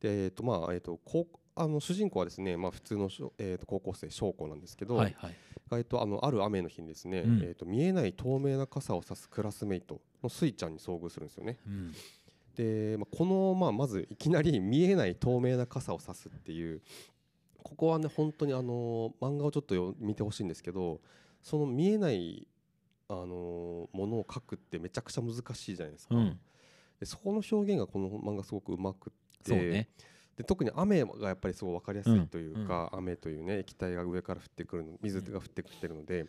Speaker 2: でえーっとまあえーっと高あの主人公はですね、まあ、普通のしょ、えーっと高校生将校なんですけど、
Speaker 1: はいはい。
Speaker 2: えーっとあのある雨の日にですね、
Speaker 1: うん
Speaker 2: えーっと見えない透明な傘を差すクラスメイトのスイちゃんに遭遇するんですよね
Speaker 1: うん
Speaker 2: で、まあ、この、まあ、まずいきなり見えない透明な傘を差すっていうここはね本当にあの漫画をちょっとよ見てほしいんですけどその見えないあのものを描くってめちゃくちゃ難しいじゃないですか、
Speaker 1: うん
Speaker 2: でそこの表現がこの漫画すごくうまくって
Speaker 1: そうね。
Speaker 2: で特に雨がやっぱりすごい分かりやすいというか、雨というね液体が上から降ってくるの水が降ってきてるので,、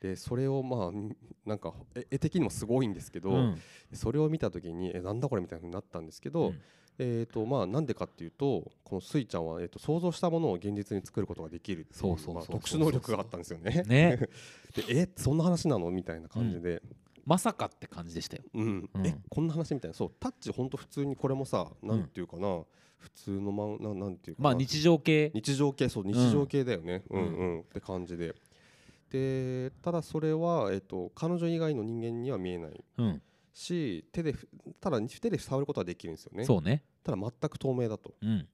Speaker 2: でそれをまあんなんかえ絵的にもすごいんですけど、
Speaker 1: うん
Speaker 2: それを見た時にえなんだこれみたいなふうになったんですけど、
Speaker 1: うん
Speaker 2: えーとまあ、なんでかっていうとこのスイちゃんは、えー、と想像したものを現実に作ることができるってい
Speaker 1: そうそうそう
Speaker 2: まあ
Speaker 1: そう
Speaker 2: 特殊能力があったんですよね。
Speaker 1: ね
Speaker 2: でえそんな話なのみたいな感じで、
Speaker 1: まさかって感じでしたよ
Speaker 2: うん
Speaker 1: うん
Speaker 2: えこんな話みたいなそうタッチほんと普通にこれもさなんていうかな、普通のまんななんていうか
Speaker 1: ま
Speaker 2: な
Speaker 1: あ日常系
Speaker 2: 日常系そう日常系だよね、うん、うんって感じででただそれは、えっと彼女以外の人間には見えない
Speaker 1: うん
Speaker 2: し手でふただ手で触ることはできるんですよね
Speaker 1: そうね
Speaker 2: ただ全く透明だと
Speaker 1: うん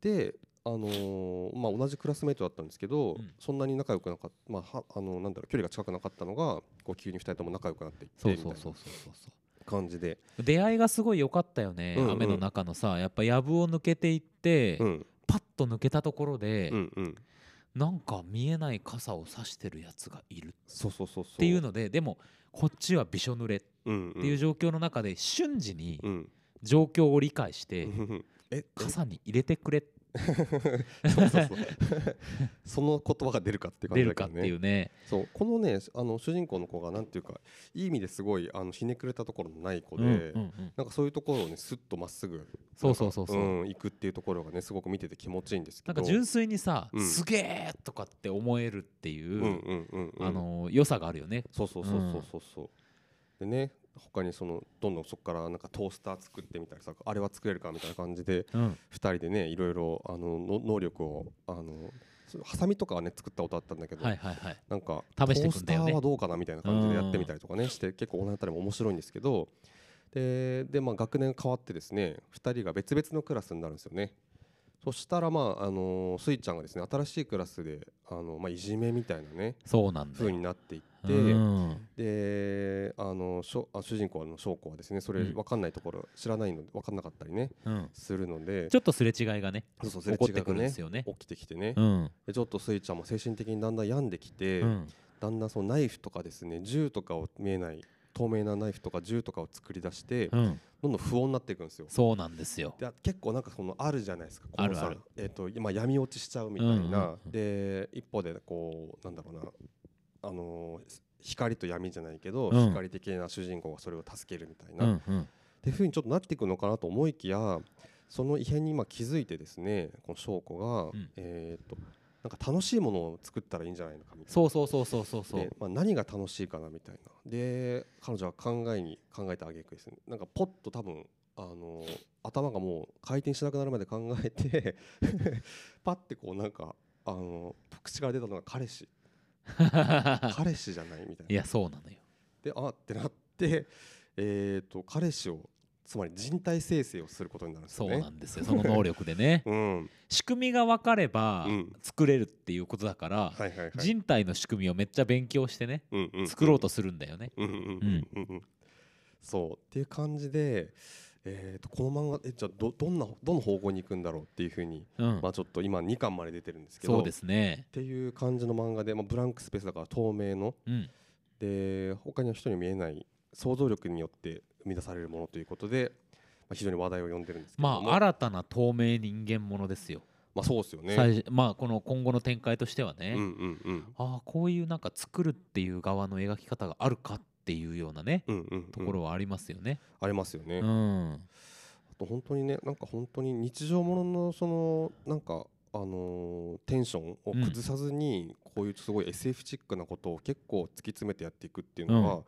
Speaker 2: であのーまあ、同じクラスメートだったんですけど、
Speaker 1: うん
Speaker 2: そんなに仲良くなかった、まあ、はあのなんだろう距離が近くなかったのがこう急に2人とも仲良くなっていって
Speaker 1: そ
Speaker 2: み
Speaker 1: う
Speaker 2: たい
Speaker 1: そう
Speaker 2: な
Speaker 1: そうそうそうそう
Speaker 2: 感じで、
Speaker 1: 出会いがすごい良かったよね、
Speaker 2: うんうん
Speaker 1: 雨の中のさやっぱやぶを抜けていって、
Speaker 2: うん
Speaker 1: パッと抜けたところで、
Speaker 2: うんうん、
Speaker 1: なんか見えない傘を差してるやつがいるっ
Speaker 2: そうそうそうそうって
Speaker 1: いうのででもこっちはびしょ濡れっ
Speaker 2: うん
Speaker 1: ていう状況の中で瞬時に
Speaker 2: うん
Speaker 1: 状況を理解して、
Speaker 2: うん、 え
Speaker 1: 傘に入れてくれ
Speaker 2: そうそうそう その言葉が出るかって感
Speaker 1: 出
Speaker 2: じ
Speaker 1: る
Speaker 2: だけ
Speaker 1: か
Speaker 2: ど
Speaker 1: ってい
Speaker 2: ね
Speaker 1: うね
Speaker 2: そうこのねあの主人公の子がなんていうかいい意味ですごいあのひねくれたところのない子で、
Speaker 1: うんうんうん
Speaker 2: なんかそういうところをねすっとまっすぐ
Speaker 1: そうそうそうそう、
Speaker 2: うん、行くっていうところがねすごく見てて気持ちいいんですけ
Speaker 1: なん
Speaker 2: ど
Speaker 1: か純粋にさ、
Speaker 2: うん
Speaker 1: すげえとかって思えるっていうう、
Speaker 2: んうんうんうん
Speaker 1: あのー良さがあるよね
Speaker 2: そうそうそうそうそうそう、でね他にそのどんどんそこからなんかトースター作ってみたりさあれは作れるかみたいな感じで
Speaker 1: うん
Speaker 2: 2人でねいろいろあのの能力をあのそうハサミとかはね作ったことあったんだけど、
Speaker 1: はいはいはい
Speaker 2: なんか
Speaker 1: 試していくんだよね
Speaker 2: トースターはどうかなみたいな感じでやってみたりとかねして結構この辺りも面白いんですけどでで、まあ、学年変わってですね2人が別々のクラスになるんですよねそしたらまあ、あのスイちゃんがですね新しいクラスで、あのまあ、いじめみたいなね
Speaker 1: そうなんだ
Speaker 2: 風
Speaker 1: よ
Speaker 2: になっていって、
Speaker 1: うん
Speaker 2: であのしょあ主人公の翔子はですねそれ
Speaker 1: うん
Speaker 2: 分かんないところ知らないので分かんなかったりね
Speaker 1: うん、
Speaker 2: するので
Speaker 1: ちょっとすれ違いがね
Speaker 2: そうそうすれ
Speaker 1: 起こっ
Speaker 2: 違い
Speaker 1: て
Speaker 2: が
Speaker 1: くるん
Speaker 2: ね
Speaker 1: ですよね
Speaker 2: 起きてきてね、
Speaker 1: うん
Speaker 2: でちょっとスイちゃんも精神的にだんだん病んできて、
Speaker 1: うん
Speaker 2: だんだんそのナイフとかですね銃とかを見えない透明なナイフとか銃とかを作り出して
Speaker 1: う
Speaker 2: ど
Speaker 1: ん、
Speaker 2: んどん不穏になっていくんですよ。
Speaker 1: そうなんですよ
Speaker 2: で結構なんかそのあるじゃないですかこのさ
Speaker 1: あるある
Speaker 2: えっと今闇落ちしちゃうみたい
Speaker 1: うんうん
Speaker 2: な
Speaker 1: うん
Speaker 2: で一方でこうなんだろうなあのー光と闇じゃないけど
Speaker 1: うん
Speaker 2: 光的な主人公がそれを助けるみたいうなっ
Speaker 1: んうん
Speaker 2: ていう風にちょっとなっていくのかなと思いきやその異変に今気づいてですねこの翔子が
Speaker 1: うん
Speaker 2: えっとなんか楽しいものを作ったらいいんじゃないのかみたいな。
Speaker 1: そうそうそうそうそうそ
Speaker 2: で
Speaker 1: う、
Speaker 2: まあ、何が楽しいかなみたいなで彼女は考えに考えたあげくですねなんかポッと多分あのー頭がもう回転しなくなるまで考えて パッてこうなんかあのー口から出たのが彼氏彼氏じゃないみたい
Speaker 1: い
Speaker 2: な
Speaker 1: やそうなのよ
Speaker 2: であってなってえっ、と彼氏をつまり人体生成をすることになるんです
Speaker 1: そ
Speaker 2: よ
Speaker 1: う
Speaker 2: ね
Speaker 1: なんですよその能力で ね
Speaker 2: うん
Speaker 1: 仕組みが分かれば
Speaker 2: うん
Speaker 1: 作れるっていうことだから、
Speaker 2: はいはいはい
Speaker 1: 人体の仕組みをめっちゃ勉強してね
Speaker 2: うんうん
Speaker 1: 作ろうとするんだよね、
Speaker 2: うんうんうんうんうんそうっていう感じで、えー、とこの漫画えじゃあどどんなどの方向に行くんだろうっていうふうに、
Speaker 1: うん
Speaker 2: まあ、ちょっと今2巻まで出てるんですけど
Speaker 1: そうですね
Speaker 2: っていう感じの漫画で、まあ、ブランクスペースだから透明の
Speaker 1: うん
Speaker 2: で他の人には見えない想像力によって生み出されるものということで、まあ、非常に話題を呼んでるんですけど
Speaker 1: ま
Speaker 2: も
Speaker 1: あ新たな透明人間ものですよ、
Speaker 2: まあそうですよね。
Speaker 1: 最初まあこの今後の展開としては
Speaker 2: う
Speaker 1: ね、
Speaker 2: んうんうん
Speaker 1: ああこういうなんか作るっていう側の描き方があるかっていうようなね
Speaker 2: うんうんうん
Speaker 1: ところはありますよね。
Speaker 2: ありますよね。
Speaker 1: う
Speaker 2: あ
Speaker 1: ん、
Speaker 2: と本当にねなんか本当に日常もののそのなんかあのーテンションを崩さずに、こういうすごい SF チックなことを結構突き詰めてやっていくっていうのが、
Speaker 1: う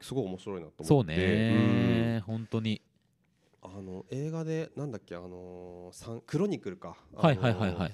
Speaker 2: すごい面白いなと思って
Speaker 1: そうね本当に
Speaker 2: うんあの映画でなんだっけあのーサンクロニクルか、あのー
Speaker 1: はいはいはいはい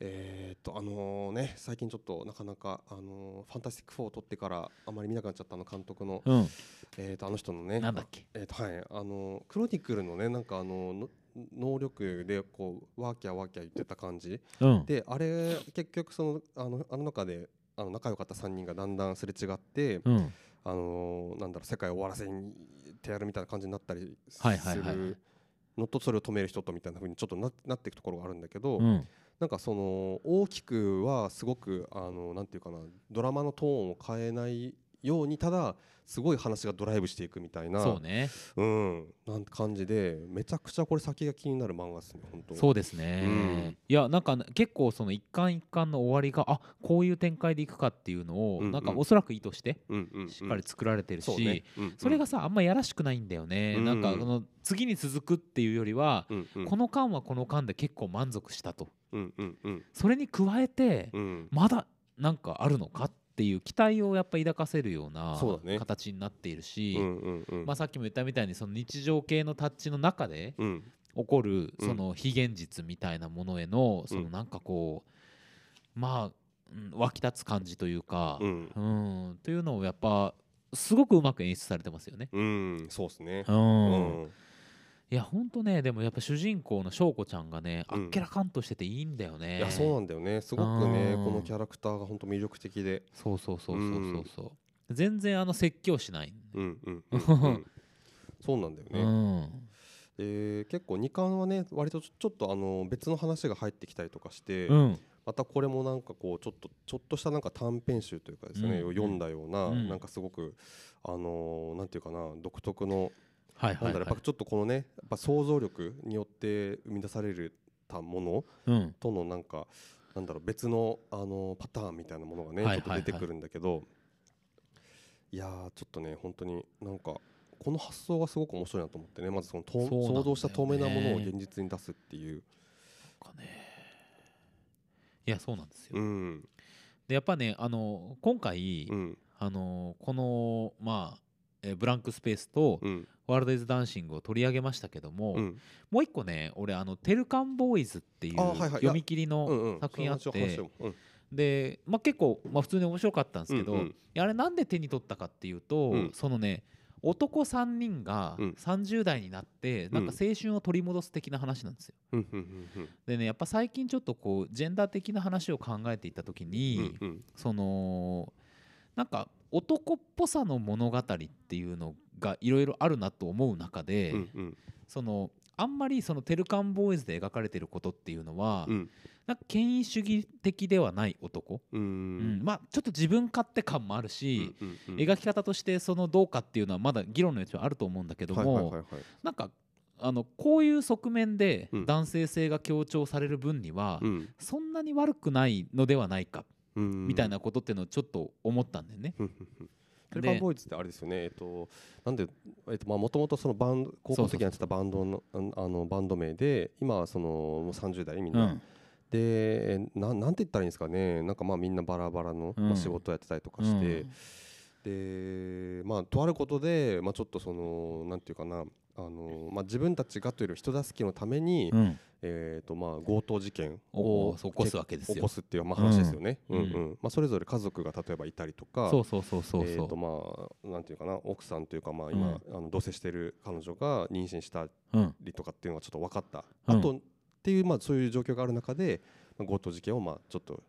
Speaker 2: えーっとあのーね最近ちょっとなかなかあのーファンタスティック4を撮ってからあまり見なくなっちゃったあの監督の、
Speaker 1: うん
Speaker 2: えーっとあの人のね
Speaker 1: なんだっけ
Speaker 2: えー、とはいあのクロニクルのねなんかあのの能力でこうワーキャーワーキャー言ってた感じ
Speaker 1: うん
Speaker 2: であれ結局そのあのあの中であの仲良かった3人がだんだんすれ違って、
Speaker 1: うん
Speaker 2: あのなんだろう世界を終わらせにてやるみたいな感じになったりす
Speaker 1: はいはいはい
Speaker 2: るのとそれを止める人とみたいな風にちょっとななっていくところがあるんだけど、
Speaker 1: うん
Speaker 2: なんかその大きくはすごくあのなんていうかなドラマのトーンを変えないようにただすごい話がドライブしていくみたいな
Speaker 1: そうね
Speaker 2: うん、なん感じでめちゃくちゃこれ先が気になる漫画ですね本当
Speaker 1: そうですね、
Speaker 2: うん
Speaker 1: いやなんか結構その一巻一巻の終わりがあこういう展開でいくかっていうのを、
Speaker 2: うんうん
Speaker 1: なんかおそらく意図して
Speaker 2: うんうんうん、
Speaker 1: しっかり作られてるし、
Speaker 2: そうねうんうん
Speaker 1: それがさあんまやらしくないんだよね、
Speaker 2: うん
Speaker 1: なんかその次に続くっていうよりは、
Speaker 2: うんうん
Speaker 1: この間はこの間で結構満足したと
Speaker 2: うんうんうん
Speaker 1: それに加えて、
Speaker 2: うん
Speaker 1: まだなんかあるのかっていう期待をやっぱ抱かせるような
Speaker 2: そうだね
Speaker 1: 形になっているし、
Speaker 2: うんうんうん
Speaker 1: まあ、さっきも言ったみたいにその日常系のタッチの中で
Speaker 2: うん
Speaker 1: 起こる
Speaker 2: うん
Speaker 1: その非現実みたいなものへのそのなんかこうまあうん湧き立つ感じというか
Speaker 2: うん
Speaker 1: うんというのをやっぱすごくうまく演出されてますよね。
Speaker 2: うんそうですね
Speaker 1: う
Speaker 2: うんん
Speaker 1: いやほんとねでもやっぱ主人公の翔子ちゃんがねあ
Speaker 2: うん
Speaker 1: っけらかんとしてていいんだよね。
Speaker 2: いやそうなんだよねすごくね
Speaker 1: うん
Speaker 2: このキャラクターが本当魅力的で
Speaker 1: そうそうそうそうそうそう全然あの説教しない。
Speaker 2: うんうんうんうんそうなんだよ
Speaker 1: う
Speaker 2: ね
Speaker 1: ん
Speaker 2: で結構2巻はね割とちょちょっとあの別の話が入ってきたりとかして
Speaker 1: うん
Speaker 2: またこれもなんかこうちょっとちょっとしたなんか短編集というかですね、
Speaker 1: うん
Speaker 2: を読んだような、
Speaker 1: うん
Speaker 2: なんかすごくあのーなんていうかな独特の
Speaker 1: はい
Speaker 2: な
Speaker 1: は
Speaker 2: ん
Speaker 1: い
Speaker 2: だろう
Speaker 1: は
Speaker 2: やっ
Speaker 1: い
Speaker 2: ぱちょっとこのねやっぱ想像力によって生み出されるたもの
Speaker 1: うん
Speaker 2: とのなんかなんだろう別のあのーパターンみたいなものがね、
Speaker 1: はい
Speaker 2: ちょっ
Speaker 1: はい
Speaker 2: と出て
Speaker 1: はい
Speaker 2: くるんだけどいやーちょっとね本当になんかこの発想がすごく面白いなと思ってねまずそのと
Speaker 1: そうなんだよね
Speaker 2: 想像した透明なものを現実に出すっていう、
Speaker 1: なんかねいやそうなんですよ
Speaker 2: う。ん
Speaker 1: でやっぱねあの今回、
Speaker 2: うん
Speaker 1: あのこの、まあえーブランクスペースと
Speaker 2: うん
Speaker 1: 「ワールド・イズ・ダンシング」を取り上げましたけども、
Speaker 2: うん
Speaker 1: もう一個ね俺あのテルカンボーイズっていう
Speaker 2: あはいはいいや
Speaker 1: 読み切り
Speaker 2: うんう
Speaker 1: の
Speaker 2: ん
Speaker 1: 作品あって、
Speaker 2: その話を話をうん
Speaker 1: で、まあ、結構、まあ、普通に面白かったんですけど、
Speaker 2: うんうん
Speaker 1: いやあれなんで手に取ったかっていうと、
Speaker 2: うん
Speaker 1: そのね男3人が
Speaker 2: うん
Speaker 1: 30代になって、なんか青春を取り戻す的な話なんですよ。
Speaker 2: うんうんうん
Speaker 1: でねやっぱ最近ちょっとこうジェンダー的な話を考えていった時に、
Speaker 2: うんうん
Speaker 1: そのなんか男っぽさの物語っていうのがいろいろあるなと思う中で、
Speaker 2: うんうん
Speaker 1: そのあんまりそのテルカンボーイズで描かれてることっていうのは、
Speaker 2: うん
Speaker 1: なんか権威主義的ではない男、う
Speaker 2: う
Speaker 1: ん
Speaker 2: ん
Speaker 1: まあちょっと自分勝手感もある
Speaker 2: うん
Speaker 1: し、
Speaker 2: うんうん
Speaker 1: 描き方としてそのどうかっていうのはまだ議論の余地はあると思うんだけども、
Speaker 2: はいはいはいはい
Speaker 1: なんかあのこういう側面で
Speaker 2: うん
Speaker 1: 男性性が強調される分には、
Speaker 2: うん
Speaker 1: そんなに悪くないのではないか
Speaker 2: うん
Speaker 1: みたいなことっていうのをちょっと思ったんだよね。
Speaker 2: うんうんうんテレカンボーイズってあれですよねえっとなんでえっとまあ元々そのバンド高校の時にやってたバンドのあのあのバンド名で今はそのもう30代みん
Speaker 1: う
Speaker 2: なんでえなんなんて言ったらいいんですかねなんかまあみんなバラバラの
Speaker 1: うん
Speaker 2: まあ仕事をやってたりとかしてでまあとあることでまあちょっとそのなんていうかなあのまあ自分たちがというより人助けのために
Speaker 1: うんうん
Speaker 2: えーとまあ、強盗事件
Speaker 1: お
Speaker 2: を
Speaker 1: 起こすわけですよ
Speaker 2: 起こすっていう、まあ、話ですよね、
Speaker 1: う
Speaker 2: うんんうんまあ、それぞれ家族が例えばいたりとか
Speaker 1: そうそうそうそう
Speaker 2: え
Speaker 1: そ
Speaker 2: ーと
Speaker 1: う
Speaker 2: まあ、なんていうかな奥さんというか、まあ、今、あの同棲してる彼女が妊娠した
Speaker 1: うん
Speaker 2: りとかっていうのがちょっと分かった、
Speaker 1: うん
Speaker 2: あとっていう、まあ、そういう状況がある中で、まあ、強盗事件を、まあ、ちょっと、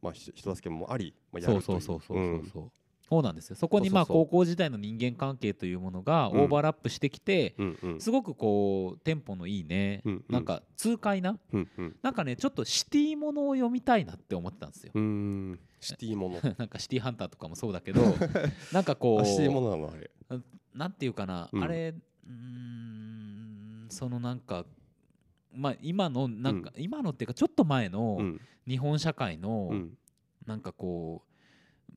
Speaker 2: まあ、ひ人助けもあり、まあ、や
Speaker 1: そ
Speaker 2: る
Speaker 1: う
Speaker 2: とい
Speaker 1: そううそうそうそう
Speaker 2: う
Speaker 1: んそうそうなんですよそこにまあ
Speaker 2: そうそうそ
Speaker 1: 高
Speaker 2: う
Speaker 1: 校時代の人間関係というものが
Speaker 2: うん
Speaker 1: オーバーラップしてきて
Speaker 2: うんうん
Speaker 1: すごくこうテンポのいいね
Speaker 2: うんうん
Speaker 1: なんか痛快な
Speaker 2: うんうん
Speaker 1: なんかねちょっとシティものを読みたいなって思ってたんですよ
Speaker 2: うーんシティもの
Speaker 1: なんかシティハンターとかもそうだけ どなんかこ
Speaker 2: あシティも
Speaker 1: う
Speaker 2: のなのあれ
Speaker 1: なんていうかな
Speaker 2: うん
Speaker 1: あれうーんそのなんかまあ今のなんか今のっていうかちょっと前の
Speaker 2: うん
Speaker 1: 日本社会の
Speaker 2: うん
Speaker 1: なんかこう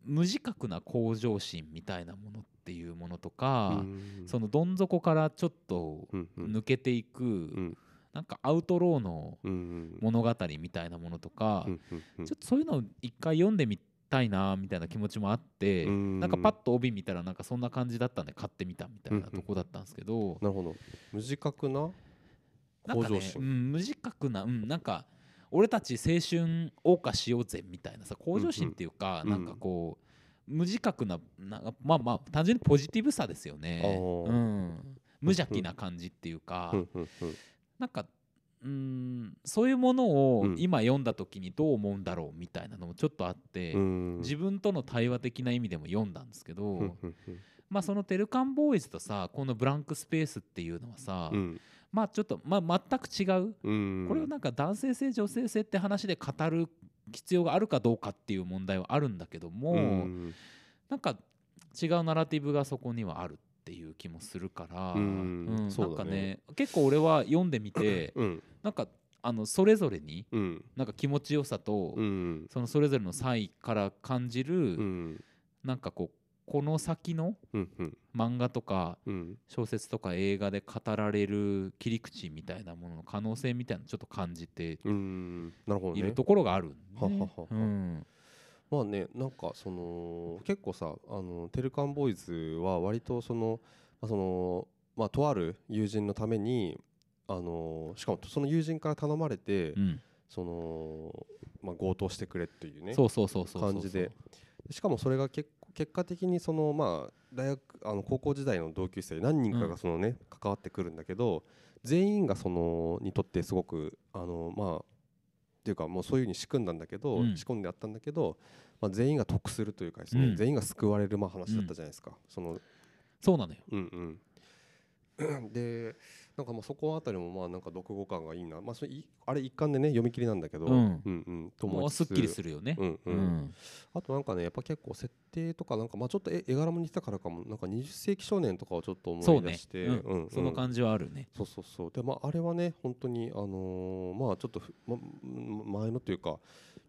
Speaker 1: 無自覚な向上心みたいなものっていうものとか、そのどん底からちょっと
Speaker 2: うんうん
Speaker 1: 抜けていく、
Speaker 2: ん
Speaker 1: なんかアウトローの
Speaker 2: うんうん
Speaker 1: 物語みたいなものとか、
Speaker 2: うんうんうん
Speaker 1: ちょっとそういうのを一回読んでみたいなみたいな気持ちもあって、
Speaker 2: うん
Speaker 1: なんかパッと帯見たらなんかそんな感じだったんで買ってみたみたいなとこだったんですけど、
Speaker 2: なるほど無自覚な
Speaker 1: なん
Speaker 2: 向
Speaker 1: かね
Speaker 2: 上心
Speaker 1: うん、無自覚な、うん、なんか俺たち青春謳歌しようぜみたいなさ向上心っていうか、
Speaker 2: うんうん
Speaker 1: なんかこう無自覚ななまあまあ単純にポジティブさですよね
Speaker 2: あ、ー
Speaker 1: うん、無邪気な感じっていうか、
Speaker 2: うんうんうん
Speaker 1: なんかうんそういうものを
Speaker 2: うん
Speaker 1: 今読んだ時にどう思うんだろうみたいなのもちょっとあって、
Speaker 2: うん
Speaker 1: 自分との対話的な意味でも読んだんですけど、
Speaker 2: うんうんうん
Speaker 1: まあそのテルカンボーイズとさこのブランクスペースっていうのはさ、
Speaker 2: うん
Speaker 1: まあちょっと、まあ、全く違う
Speaker 2: うん
Speaker 1: これをなんか男性性女性性って話で語る必要があるかどうかっていう問題はあるんだけども、
Speaker 2: うん
Speaker 1: なんか違うナラティブがそこにはあるっていう気もするから、
Speaker 2: うんそ
Speaker 1: なん
Speaker 2: う
Speaker 1: か
Speaker 2: だ
Speaker 1: ね
Speaker 2: ね
Speaker 1: 結構俺は読んでみ て
Speaker 2: うん
Speaker 1: なんかあのそれぞれに
Speaker 2: うん
Speaker 1: なんか気持ちよさと、
Speaker 2: うん
Speaker 1: そのそれぞれの際から感じる、
Speaker 2: うん
Speaker 1: なんかこうこの先の
Speaker 2: うんうん
Speaker 1: 漫画とか
Speaker 2: うん
Speaker 1: 小説とか映画で語られる切り口みたいなものの可能性みたいなのちょっと感じて
Speaker 2: うんなるほど
Speaker 1: い
Speaker 2: ね
Speaker 1: るところがあるんで
Speaker 2: はは
Speaker 1: ね
Speaker 2: はは
Speaker 1: うん
Speaker 2: まあねなんかその結構さあのテルカンボーイズは割とそのまあそのまあとある友人のためにあのしかもその友人から頼まれて、
Speaker 1: うん
Speaker 2: そのまあ強盗してくれっていうね
Speaker 1: そうそうそうそうそう
Speaker 2: 感じでしかもそれが結構結果的にそのまあ大学あの高校時代の同級生何人か
Speaker 1: うん
Speaker 2: がそのね、関わってくるんだけど全員がそのにとってすごくあのまあっていうかもうそういうふうに仕組んだんだけど、
Speaker 1: うん
Speaker 2: 仕込んであったんだけど、まあ、全員が得するというかです
Speaker 1: う
Speaker 2: ね、
Speaker 1: ん
Speaker 2: 全員が救われるまあ話だったじゃないですか、その
Speaker 1: そうなのよ
Speaker 2: うんうん、 でなんかまあそこあたりもまあなんか読後感がいいな、まあ、それいあれ一貫でね読み切りなんだけど、
Speaker 1: うん
Speaker 2: うんうんと
Speaker 1: も
Speaker 2: 思
Speaker 1: う
Speaker 2: い
Speaker 1: す
Speaker 2: つ
Speaker 1: っ
Speaker 2: つ
Speaker 1: きりするよね
Speaker 2: うんう
Speaker 1: うんん
Speaker 2: あとなんかねやっぱ結構設定とかなんかまあちょっと絵絵柄も似てたからかもなんか20世紀少年とかをちょっと思
Speaker 1: そう
Speaker 2: い出
Speaker 1: ね
Speaker 2: して
Speaker 1: うん
Speaker 2: うんうん
Speaker 1: その感じはあるね
Speaker 2: そうそうそうでまああれはね本当にあのーまあちょっとふ、ま、ま前のというか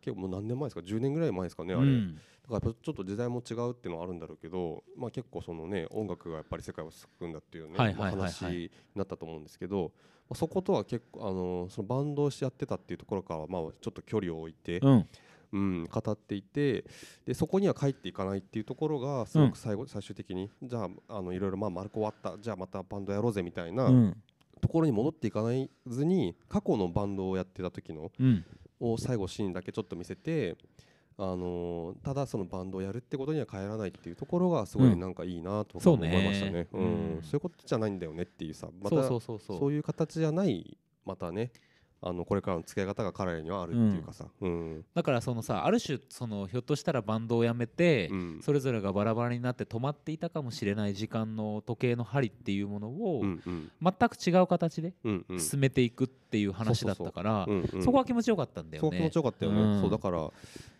Speaker 2: 結構もう何年前ですか10年ぐらい前ですかねあ
Speaker 1: う
Speaker 2: れ、
Speaker 1: ん
Speaker 2: だからやっぱちょっと時代も違うっていうのはあるんだろうけど、まあ、結構そのね音楽がやっぱり世界を救うんだっていうね、
Speaker 1: はいはいはいはい
Speaker 2: まあ話になったと思うんですけど、まあ、そことは結構あのそのバンドをしやってたっていうところからはまあちょっと距離を置いて、
Speaker 1: うん
Speaker 2: うん、語っていてでそこには帰っていかないっていうところがすごく最後、最終的にじゃああのいろいろまあ丸く終わったじゃあまたバンドやろうぜみたいな
Speaker 1: うん
Speaker 2: ところに戻っていかないずに過去のバンドをやってた時の
Speaker 1: うん
Speaker 2: を最後シーンだけちょっと見せて、あのーただそのバンドをやるってことには変えらないっていうところがすご
Speaker 1: う
Speaker 2: い
Speaker 1: ん
Speaker 2: なんかいいなと僕
Speaker 1: そう
Speaker 2: は思
Speaker 1: ね
Speaker 2: いましたね,、うん
Speaker 1: うん
Speaker 2: そういうことじゃないんだよねっていうさま
Speaker 1: そ
Speaker 2: た
Speaker 1: うそうそうそう
Speaker 2: そういう形じゃないまたねあのこれからの付け方が彼らにはあるっていうかさ、うん
Speaker 1: だからそのさある種そのひょっとしたらバンドをやめて、
Speaker 2: うん
Speaker 1: それぞれがバラバラになって止まっていたかもしれない時間の時計の針っていうものを、
Speaker 2: うんうん
Speaker 1: 全く違う形で
Speaker 2: うんうん
Speaker 1: 進めていくっていう話だったから、
Speaker 2: うんうん
Speaker 1: そこは気持ちよかったんだ
Speaker 2: そ
Speaker 1: よ
Speaker 2: う気持
Speaker 1: ね
Speaker 2: ち。よかったよね、
Speaker 1: うん
Speaker 2: そうだから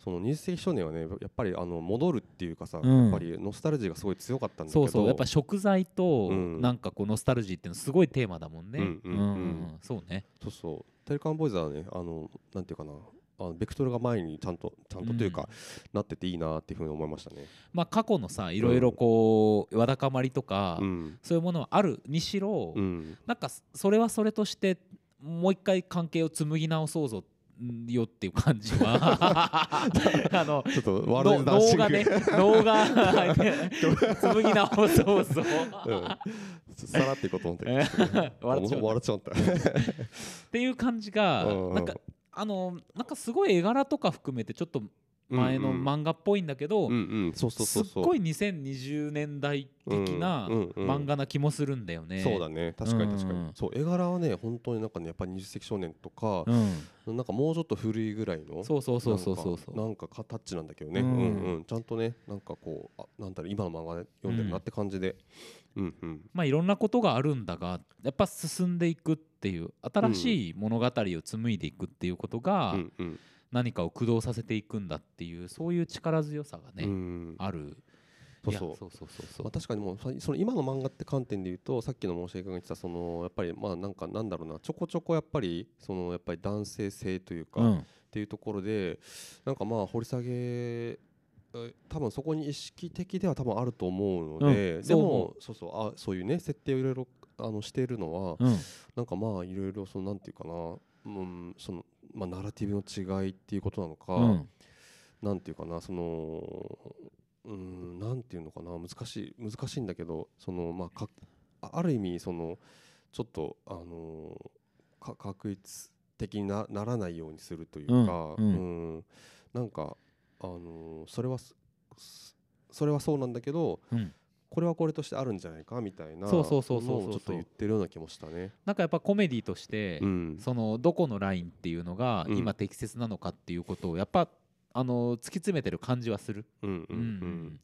Speaker 2: その20世紀少年はねやっぱりあの戻るっていうかさ、
Speaker 1: うん
Speaker 2: やっぱりノスタルジーがすごい強かったんだけ
Speaker 1: そ
Speaker 2: ど
Speaker 1: うそうやっぱ食材と
Speaker 2: うん
Speaker 1: なんかこうノスタルジーっていうのすごいテーマだもんね。
Speaker 2: うんうんうん
Speaker 1: うんそうね。
Speaker 2: そうそうテレカンボーイズはねあのなんていうかなあのベクトルが前にちゃんとちゃんとというか、
Speaker 1: うん
Speaker 2: なってていいなっていうふうに思いましたね。
Speaker 1: まあ過去のさいろいろこうわだかまりとか、
Speaker 2: うん
Speaker 1: そういうものはあるにしろ、
Speaker 2: うん
Speaker 1: なんかそれはそれとしてもう一回関係を紡ぎ直そうぞよっていう感じは あの
Speaker 2: ちょっとワー
Speaker 1: の
Speaker 2: ルドダンシ
Speaker 1: 脳
Speaker 2: ング
Speaker 1: がね 脳が紡ぎ直そう ぞ。
Speaker 2: うんさらっていこうと思って
Speaker 1: えー笑っちゃう
Speaker 2: 笑っちゃった
Speaker 1: っていう感じが
Speaker 2: うんうん
Speaker 1: なんかあのなんかすごい絵柄とか含めてちょっと前の
Speaker 2: うんうん
Speaker 1: 漫画っぽいんだけど
Speaker 2: うんうんそうそう
Speaker 1: す
Speaker 2: そ
Speaker 1: っ
Speaker 2: うそう
Speaker 1: ご
Speaker 2: い
Speaker 1: い2020年代的な
Speaker 2: うんうんうん
Speaker 1: 漫画な気もするんだよね。
Speaker 2: そうだね確かに確かに、
Speaker 1: うん
Speaker 2: そう絵柄はね本当になんかねやっぱり20世紀少年とか、
Speaker 1: うん
Speaker 2: なんかもうちょっと古いぐらいの
Speaker 1: そうそうそうそうそうそう
Speaker 2: なんかなんかタッチなんだけどね、
Speaker 1: う
Speaker 2: うんんうんちゃんとねなんかこうあなんだろう今の漫画で読んでるなって感じで、うんうん、
Speaker 1: まあいろんなことがあるんだがやっぱ進んでいくっていう新しい物語を紡いでいくっていうことが
Speaker 2: うんうん
Speaker 1: 何かを駆動させていくんだっていうそういう力強さが
Speaker 2: う
Speaker 1: ね
Speaker 2: ん、
Speaker 1: ある。
Speaker 2: そう
Speaker 1: いや
Speaker 2: そう
Speaker 1: そうそうそうそう
Speaker 2: まあ、確かにもうさその今の漫画って観点で言うとさっきの申し上げが言ってたそのやっぱりまあなんかなんだろうなちょこちょこやっぱりそのやっぱり男性性というか、
Speaker 1: う
Speaker 2: っ
Speaker 1: ん
Speaker 2: ていうところでなんかまあ掘り下げえ多分そこに意識的では多分あると思うので、
Speaker 1: うん
Speaker 2: で
Speaker 1: そう思
Speaker 2: もそうそうあそういうね設定をいろいろあのしているのは、
Speaker 1: うん
Speaker 2: なんかまあいろいろそのなんていうかな、うんそのまあ、ナラティブの違いっていうことなのか、
Speaker 1: うん
Speaker 2: なんていうかなそのうんなんていうのかな難しい難しいんだけどそのまあかあある意味そのちょっとあのか確率的になならないようにするというか、
Speaker 1: うん
Speaker 2: うんなんかあのそれはすすそれはそうなんだけど
Speaker 1: うん
Speaker 2: これはこれとしてあるんじゃないかみたいな
Speaker 1: そうそうそうそうそう
Speaker 2: ものをちょっと言ってるような気もしたね。
Speaker 1: なんかやっぱコメディとして、
Speaker 2: うん
Speaker 1: そのどこのラインっていうのが
Speaker 2: うん
Speaker 1: 今適切なのかっていうことをやっぱあの突き詰めてる感じはする。
Speaker 2: うんう
Speaker 1: うんん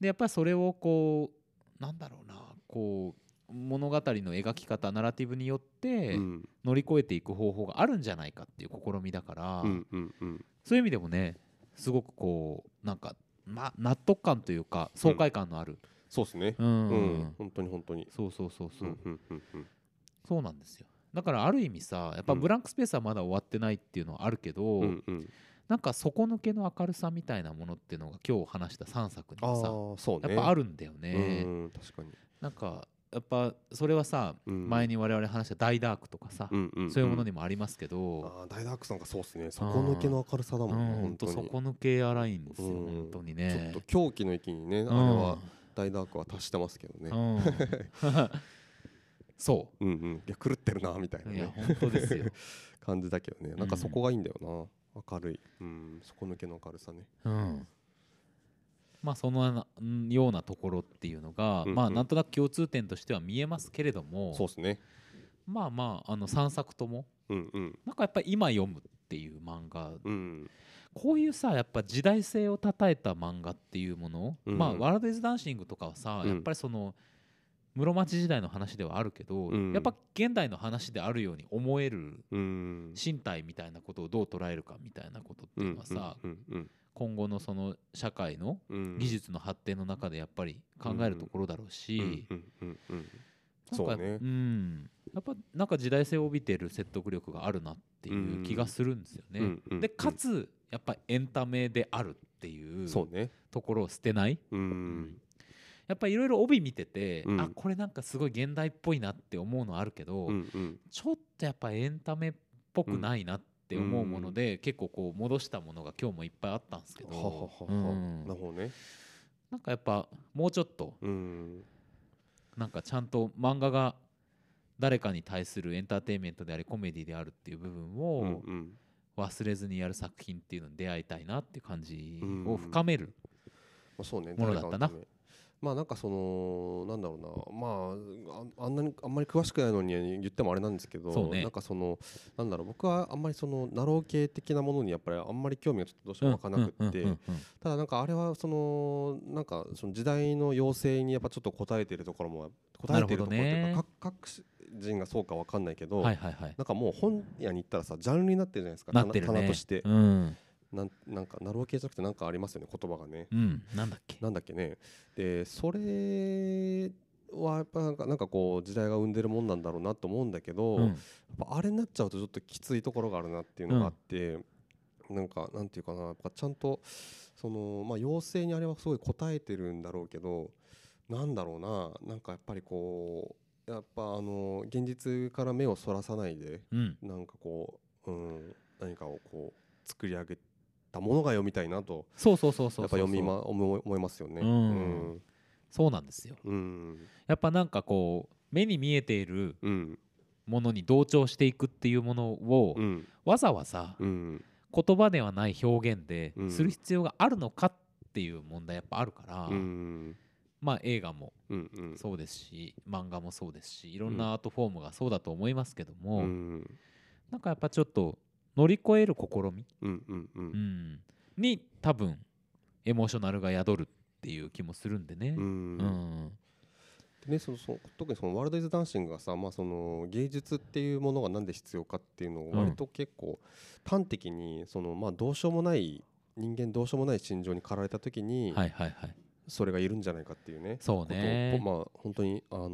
Speaker 1: でやっぱりそれをこうなんだろうなこう物語の描き方ナラティブによっ
Speaker 2: うんう
Speaker 1: て
Speaker 2: ん
Speaker 1: 乗り越えていく方法があるんじゃないかっていう試みだから、
Speaker 2: うんうんうん
Speaker 1: そういう意味でもねすごくこうなんかな納得感というか爽快感のある、
Speaker 2: そうですね
Speaker 1: う
Speaker 2: うんん、本当に本当に
Speaker 1: そうそうそうそう、
Speaker 2: うんうんうんうん
Speaker 1: そうなんですよだからある意味さやっぱ
Speaker 2: うん
Speaker 1: ブランクスペースはまだ終わってないっていうのはあるけど、
Speaker 2: うんうん
Speaker 1: なんか底抜けの明るさみたいなものっていうのが今日話した3作に
Speaker 2: ああ
Speaker 1: はさ
Speaker 2: そうね
Speaker 1: やっぱあ
Speaker 2: る
Speaker 1: るんだよね、
Speaker 2: うん確かに
Speaker 1: なんかやっぱそれはさ、
Speaker 2: うん
Speaker 1: 前に我々話した「大ダーク」とかさ、
Speaker 2: んんん
Speaker 1: そういうものにもありますけど、
Speaker 2: ああ大ダークさんがそうですね底抜けの明るさだ
Speaker 1: うん
Speaker 2: もんね
Speaker 1: ほん
Speaker 2: 本当
Speaker 1: と
Speaker 2: に
Speaker 1: 底抜け荒いんですよ、
Speaker 2: うん
Speaker 1: 本当に
Speaker 2: ち
Speaker 1: ね
Speaker 2: ょっと狂気の域にねあれは大ダークは達してますけどね
Speaker 1: うんうん そ
Speaker 2: うんうんいや狂ってるなみたいな
Speaker 1: ういや
Speaker 2: ね
Speaker 1: 本当ですよ
Speaker 2: 感じだけどねなんかそこがいいんだよな明るいうん底抜けの明るさね
Speaker 1: うんまあそのなうんようなところっていうのが、
Speaker 2: うんうん
Speaker 1: まあなんとなく共通点としては見えますけれども
Speaker 2: そうですね
Speaker 1: まあまああの3作とも
Speaker 2: うんうん
Speaker 1: なんかやっぱり今読むっていう漫画
Speaker 2: うん
Speaker 1: こういうさやっぱ時代性をたたえた漫画っていうもの、
Speaker 2: うん
Speaker 1: まあ「ワールド・イズ・ダンシング」とかはさ、
Speaker 2: うん
Speaker 1: やっぱりその室町時代の話ではあるけど、
Speaker 2: うん
Speaker 1: やっぱ現代の話であるように思える
Speaker 2: うん
Speaker 1: 身体みたいなことをどう捉えるかみたいなことっていうのはさ、
Speaker 2: うんうん
Speaker 1: 今後のその社会の
Speaker 2: うんうん
Speaker 1: 技術の発展の中でやっぱり考えるところだろうし、
Speaker 2: うんうんう
Speaker 1: な
Speaker 2: んうん
Speaker 1: んか
Speaker 2: そうね
Speaker 1: ん、やっぱなんか時代性を帯びてる説得力があるなっていう気がするんですよね。
Speaker 2: うんうん
Speaker 1: でかつやっぱエンタメであるっていう
Speaker 2: そうね
Speaker 1: ところを捨てない
Speaker 2: うん
Speaker 1: やっぱいろいろ帯見てて、
Speaker 2: うん
Speaker 1: あこれなんかすごい現代っぽいなって思うのあるけど、
Speaker 2: うんうん
Speaker 1: ちょっとやっぱエンタメっぽくないなって思うもので、結構こう戻したものが今日もいっぱいあったんですけど
Speaker 2: ははは
Speaker 1: う
Speaker 2: は
Speaker 1: ん
Speaker 2: なるほどね
Speaker 1: なんかやっぱもうちょっと
Speaker 2: うん
Speaker 1: なんかちゃんと漫画が誰かに対するエンターテインメントでありコメディであるっていう部分
Speaker 2: うんう
Speaker 1: を
Speaker 2: ん
Speaker 1: 忘れずにやる作品っていうのに出会いたいなっていう感じ
Speaker 2: うん
Speaker 1: を深める。
Speaker 2: まあ、そうね
Speaker 1: ものだったな
Speaker 2: 誰かのためまあなんかそのなんだろうなまあああんなにあんまり詳しくないのに言ってもあれなんですけ
Speaker 1: そう
Speaker 2: ど、
Speaker 1: ね
Speaker 2: なんかそのなんだろう僕はあんまりそのナロー系的なものにやっぱりあんまり興味がちょっとどうしても湧かなく
Speaker 1: うんう
Speaker 2: っ
Speaker 1: んうん
Speaker 2: て、
Speaker 1: うんうん
Speaker 2: ただなんかあれはそのなんかその時代の要請にやっぱちょっと応えてるところも答えてるところと
Speaker 1: なるほど
Speaker 2: いう
Speaker 1: ね
Speaker 2: か各各人がそうかわかんないけど、
Speaker 1: はいはいはい。
Speaker 2: なんかもう本屋に行ったらさジャンルになってるじゃないですか
Speaker 1: なってるね。
Speaker 2: 棚棚として
Speaker 1: う、ん。
Speaker 2: なんなんかナロー系じゃなくてなんかありますよね言葉がね。
Speaker 1: うん。なんだっけ。
Speaker 2: なんだっけねでそれはやっぱなんかなんかこう時代が生んでるもんなんだろうなと思うんだけど、
Speaker 1: う
Speaker 2: やっ
Speaker 1: ん。
Speaker 2: ぱあれになっちゃうとちょっときついところがあるなっていうのがあって、なんかなんていうかなやっぱちゃんとそのまあ要請にあれはすごい応えてるんだろうけどなんだろうななんかやっぱりこうやっぱあの現実から目をそらさないで
Speaker 1: うん。
Speaker 2: なんかこう、うん、何かをこう作り上げたものが読みたいなと
Speaker 1: そうそうそうそうそう。
Speaker 2: やっぱ読みま思い思いますよね。
Speaker 1: うん
Speaker 2: うん
Speaker 1: そうなんですよ。
Speaker 2: うん
Speaker 1: やっぱなんかこう目に見えている
Speaker 2: うん
Speaker 1: ものに同調していくっていうものを、
Speaker 2: うん
Speaker 1: わざわざ
Speaker 2: うん
Speaker 1: 言葉ではない表現で
Speaker 2: うん
Speaker 1: する必要があるのかっていう問題やっぱあるから、
Speaker 2: うん
Speaker 1: まあ映画も
Speaker 2: うんうん
Speaker 1: そうですし、漫画もそうですし、いろんなアートフォームがそうだと思いますけども、
Speaker 2: うん
Speaker 1: なんかやっぱちょっと乗り越える試み
Speaker 2: うんうん
Speaker 1: う
Speaker 2: う
Speaker 1: んん、に多分エモーショナルが宿るっていう気もするんでね。
Speaker 2: う
Speaker 1: うんん
Speaker 2: でねそのその特にそのワールド・イズ・ダンシングがさ、まあ、その芸術っていうものがなんで必要かっていうのを
Speaker 1: うん
Speaker 2: 割と結構端的にそのまあどうしようもない人間どうしようもない心情に駆られた時に
Speaker 1: はいはいはい。
Speaker 2: それがいるんじゃないかっていうね
Speaker 1: そう
Speaker 2: こと
Speaker 1: ね
Speaker 2: を。まあ本当にあの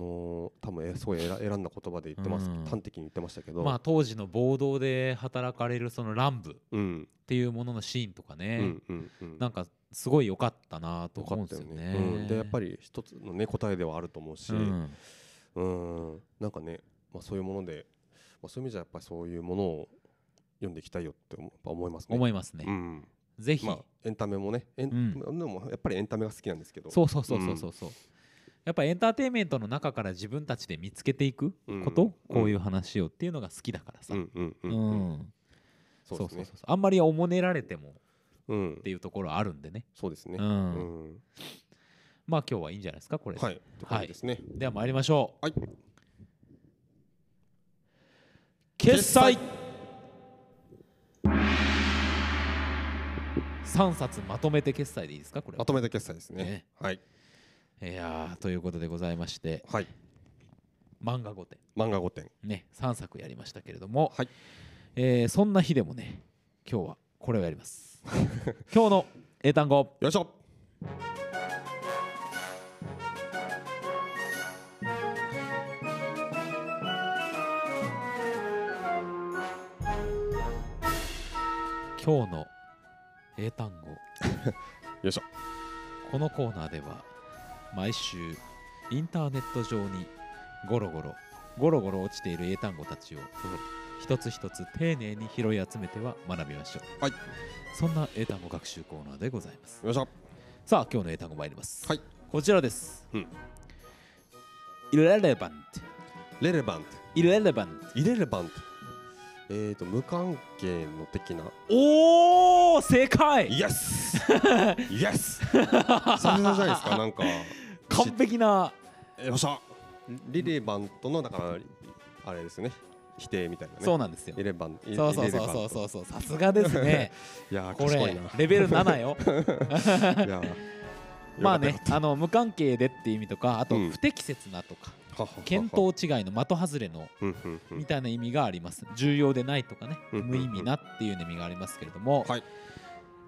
Speaker 2: ー多分えすごい選選んだ言葉で言ってます
Speaker 1: うん
Speaker 2: 端的に言ってましたけど
Speaker 1: まあ当時の暴動で働かれるその乱舞っ
Speaker 2: うん
Speaker 1: ていうもののシーンとか
Speaker 2: う
Speaker 1: ね、
Speaker 2: んうんうん
Speaker 1: なんかすごい良かったなと
Speaker 2: よか
Speaker 1: 思うん
Speaker 2: っ
Speaker 1: で
Speaker 2: た
Speaker 1: す
Speaker 2: よ
Speaker 1: よ
Speaker 2: ね
Speaker 1: ね。
Speaker 2: うん、でやっぱり一つのね答えではあると思うし、
Speaker 1: う
Speaker 2: うん、
Speaker 1: ん
Speaker 2: なんかね、まあ、そういうもので、まあ、そういう意味じゃやっぱりそういうものを読んでいきたいよって思思いますね。
Speaker 1: 思いますね。
Speaker 2: うん
Speaker 1: ぜひ、
Speaker 2: まあ、エンタメもねエン、
Speaker 1: うん
Speaker 2: でもやっぱりエンタメが好きなんですけど
Speaker 1: そうそうそうそうそうそう。やっぱエンターテインメントの中から自分たちで見つけていくこと、
Speaker 2: うん
Speaker 1: こういう話をっていうのが好きだからさ。
Speaker 2: うんうん
Speaker 1: う
Speaker 2: う
Speaker 1: んん
Speaker 2: うんそ
Speaker 1: そうう
Speaker 2: で
Speaker 1: そう
Speaker 2: す
Speaker 1: そ
Speaker 2: ね
Speaker 1: うそうあんまりおもねられても
Speaker 2: うん
Speaker 1: っていうところあるんでね。
Speaker 2: そうですね
Speaker 1: う
Speaker 2: うんん
Speaker 1: まあ今日はいいんじゃないですかこれで、
Speaker 2: はいということですね
Speaker 1: では参りましょう
Speaker 2: はい
Speaker 1: 決済3冊まとめて決済でいいですかこれ
Speaker 2: まとめた決済ですね
Speaker 1: ね
Speaker 2: はい
Speaker 1: いやーということでございまして
Speaker 2: はい
Speaker 1: 漫画5点
Speaker 2: 漫画5点
Speaker 1: ね3作やりましたけれども、
Speaker 2: はい
Speaker 1: えーそ んな日でもね今日はこれをやります今日の英単語
Speaker 2: よいしょ
Speaker 1: 今日の英単 語
Speaker 2: よいしょ
Speaker 1: このコーナーでは毎週インターネット上にゴロゴロゴロゴロ落ちている英単語たちを一つ一つ丁寧に拾い集めては学びましょう、
Speaker 2: はい、
Speaker 1: そんな英単語学習コーナーでございます
Speaker 2: よいしょ
Speaker 1: さあ今日の英単語参ります、
Speaker 2: はい
Speaker 1: こちらです、
Speaker 2: うん、
Speaker 1: irrelevant
Speaker 2: レレバン
Speaker 1: irrelevant
Speaker 2: トイレレバントえーと無関係の的な
Speaker 1: おお正解
Speaker 2: イエ スイエスさすがじゃない ですかなんか
Speaker 1: 完璧な
Speaker 2: よっしゃリレバントのだからあれですね否定みたいなね
Speaker 1: そうなんですよ
Speaker 2: イレバンイ
Speaker 1: そうそう
Speaker 2: イ
Speaker 1: そ
Speaker 2: レレ
Speaker 1: う
Speaker 2: バント
Speaker 1: そうそうそうさすがですね
Speaker 2: いやー
Speaker 1: こ
Speaker 2: 賢い
Speaker 1: れ
Speaker 2: な
Speaker 1: レベル7よ
Speaker 2: いやー
Speaker 1: まあ
Speaker 2: よか
Speaker 1: ねあの無関係でって意味とかあと
Speaker 2: うん
Speaker 1: 不適切なとか、
Speaker 2: ったははは
Speaker 1: 見当違いの的外れの
Speaker 2: うんうんう
Speaker 1: み
Speaker 2: ん
Speaker 1: たいな意味があります重要でないとかね
Speaker 2: うんうんうん
Speaker 1: 無意味なっていう意味がありますけれども、
Speaker 2: はい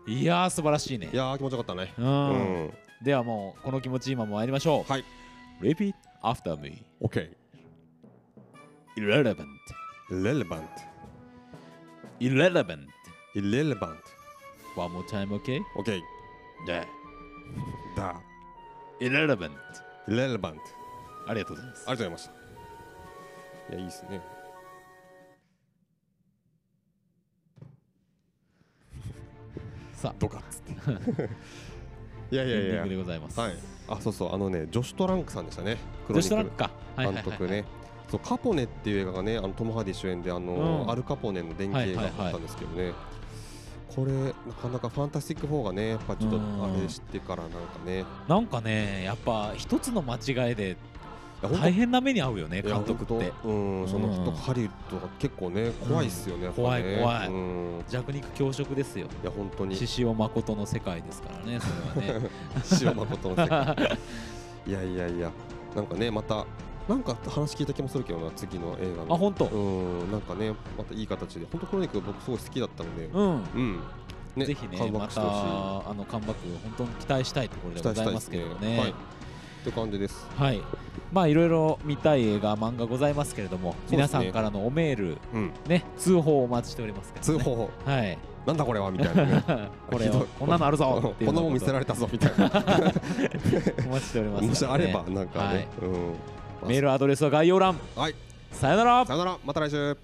Speaker 1: い、やー素晴らしいね
Speaker 2: いやー気持ちよかったね
Speaker 1: うん
Speaker 2: うん
Speaker 1: ではもうこの気持ち今も参りましょう
Speaker 2: はい
Speaker 1: Repeat after me
Speaker 2: オッケ
Speaker 1: Irrelevant
Speaker 2: ーレレバン
Speaker 1: Irrelevant
Speaker 2: トイレレバン
Speaker 1: One more time OK?
Speaker 2: トオッケー
Speaker 1: Yeah
Speaker 2: だ
Speaker 1: Irrelevant
Speaker 2: レレバント
Speaker 1: ありがとうございます
Speaker 2: ありがとうございましたいやいいですね
Speaker 1: さあ
Speaker 2: ドカッつっていやい
Speaker 1: エンディン
Speaker 2: や
Speaker 1: グ
Speaker 2: い
Speaker 1: で
Speaker 2: や
Speaker 1: ございます、
Speaker 2: はいあそうそうあのねジョシュトランクさんでしたねク
Speaker 1: 女子
Speaker 2: ロ
Speaker 1: トラ
Speaker 2: ニクル
Speaker 1: ンクかはいはいは
Speaker 2: 監
Speaker 1: いはい
Speaker 2: 督ね、そうカポネっていう映画がねあのトム・ハーディ主演であの、
Speaker 1: うん
Speaker 2: アル・カポネの電気映画だったんですけどね、これなかなか「ファンタスティック4」がねやっぱちょっと
Speaker 1: うん
Speaker 2: あれしてからなんかね、いや
Speaker 1: なんかねやっぱ一つの間違いで
Speaker 2: 本当
Speaker 1: 大変な目に遭うよね
Speaker 2: いや
Speaker 1: 監督って
Speaker 2: 本当うんその
Speaker 1: うん
Speaker 2: とハリウッドが結構ね怖いっすよね、やっぱね
Speaker 1: 怖い怖い
Speaker 2: うん、い
Speaker 1: 弱肉強食ですよ
Speaker 2: や本当に
Speaker 1: 獅子王誠の世界ですからねそれは ね
Speaker 2: 塩誠の 世界いやいやいやなんかねまたなんか話聞いた気もするけどな次の映画の
Speaker 1: あ本当
Speaker 2: うんなんかねまたいい形で本当クロニクル僕すごい好きだったので
Speaker 1: うん
Speaker 2: うん、ね
Speaker 1: ぜひね
Speaker 2: カムバッ
Speaker 1: ま
Speaker 2: ク
Speaker 1: た
Speaker 2: してほ
Speaker 1: あのカムバック本当に期待したいところ
Speaker 2: しい
Speaker 1: で
Speaker 2: 期
Speaker 1: ご
Speaker 2: 待
Speaker 1: ざ
Speaker 2: した
Speaker 1: い
Speaker 2: いで
Speaker 1: ますす
Speaker 2: ね
Speaker 1: けどね
Speaker 2: はい、って感じです
Speaker 1: はいまあいろいろ見たい映画漫画ございますけれども、
Speaker 2: すね
Speaker 1: 皆さんからのおメール
Speaker 2: うん
Speaker 1: ね通報をお待ちしておりますから、
Speaker 2: 通
Speaker 1: ね、
Speaker 2: 報
Speaker 1: はい
Speaker 2: なんだこれはみたいなね
Speaker 1: これ
Speaker 2: ひど
Speaker 1: を
Speaker 2: い
Speaker 1: こんなのある
Speaker 2: あ
Speaker 1: ぞ
Speaker 2: の
Speaker 1: って
Speaker 2: こ
Speaker 1: いうよう
Speaker 2: ん
Speaker 1: こ
Speaker 2: なも
Speaker 1: と
Speaker 2: ん見せられたぞみたい
Speaker 1: お
Speaker 2: な
Speaker 1: 待ちしておりますからね
Speaker 2: もしあればなんか
Speaker 1: は
Speaker 2: ね
Speaker 1: い、
Speaker 2: うん
Speaker 1: メールアドレスは概要欄
Speaker 2: はい
Speaker 1: さよなら
Speaker 2: さよならまた来週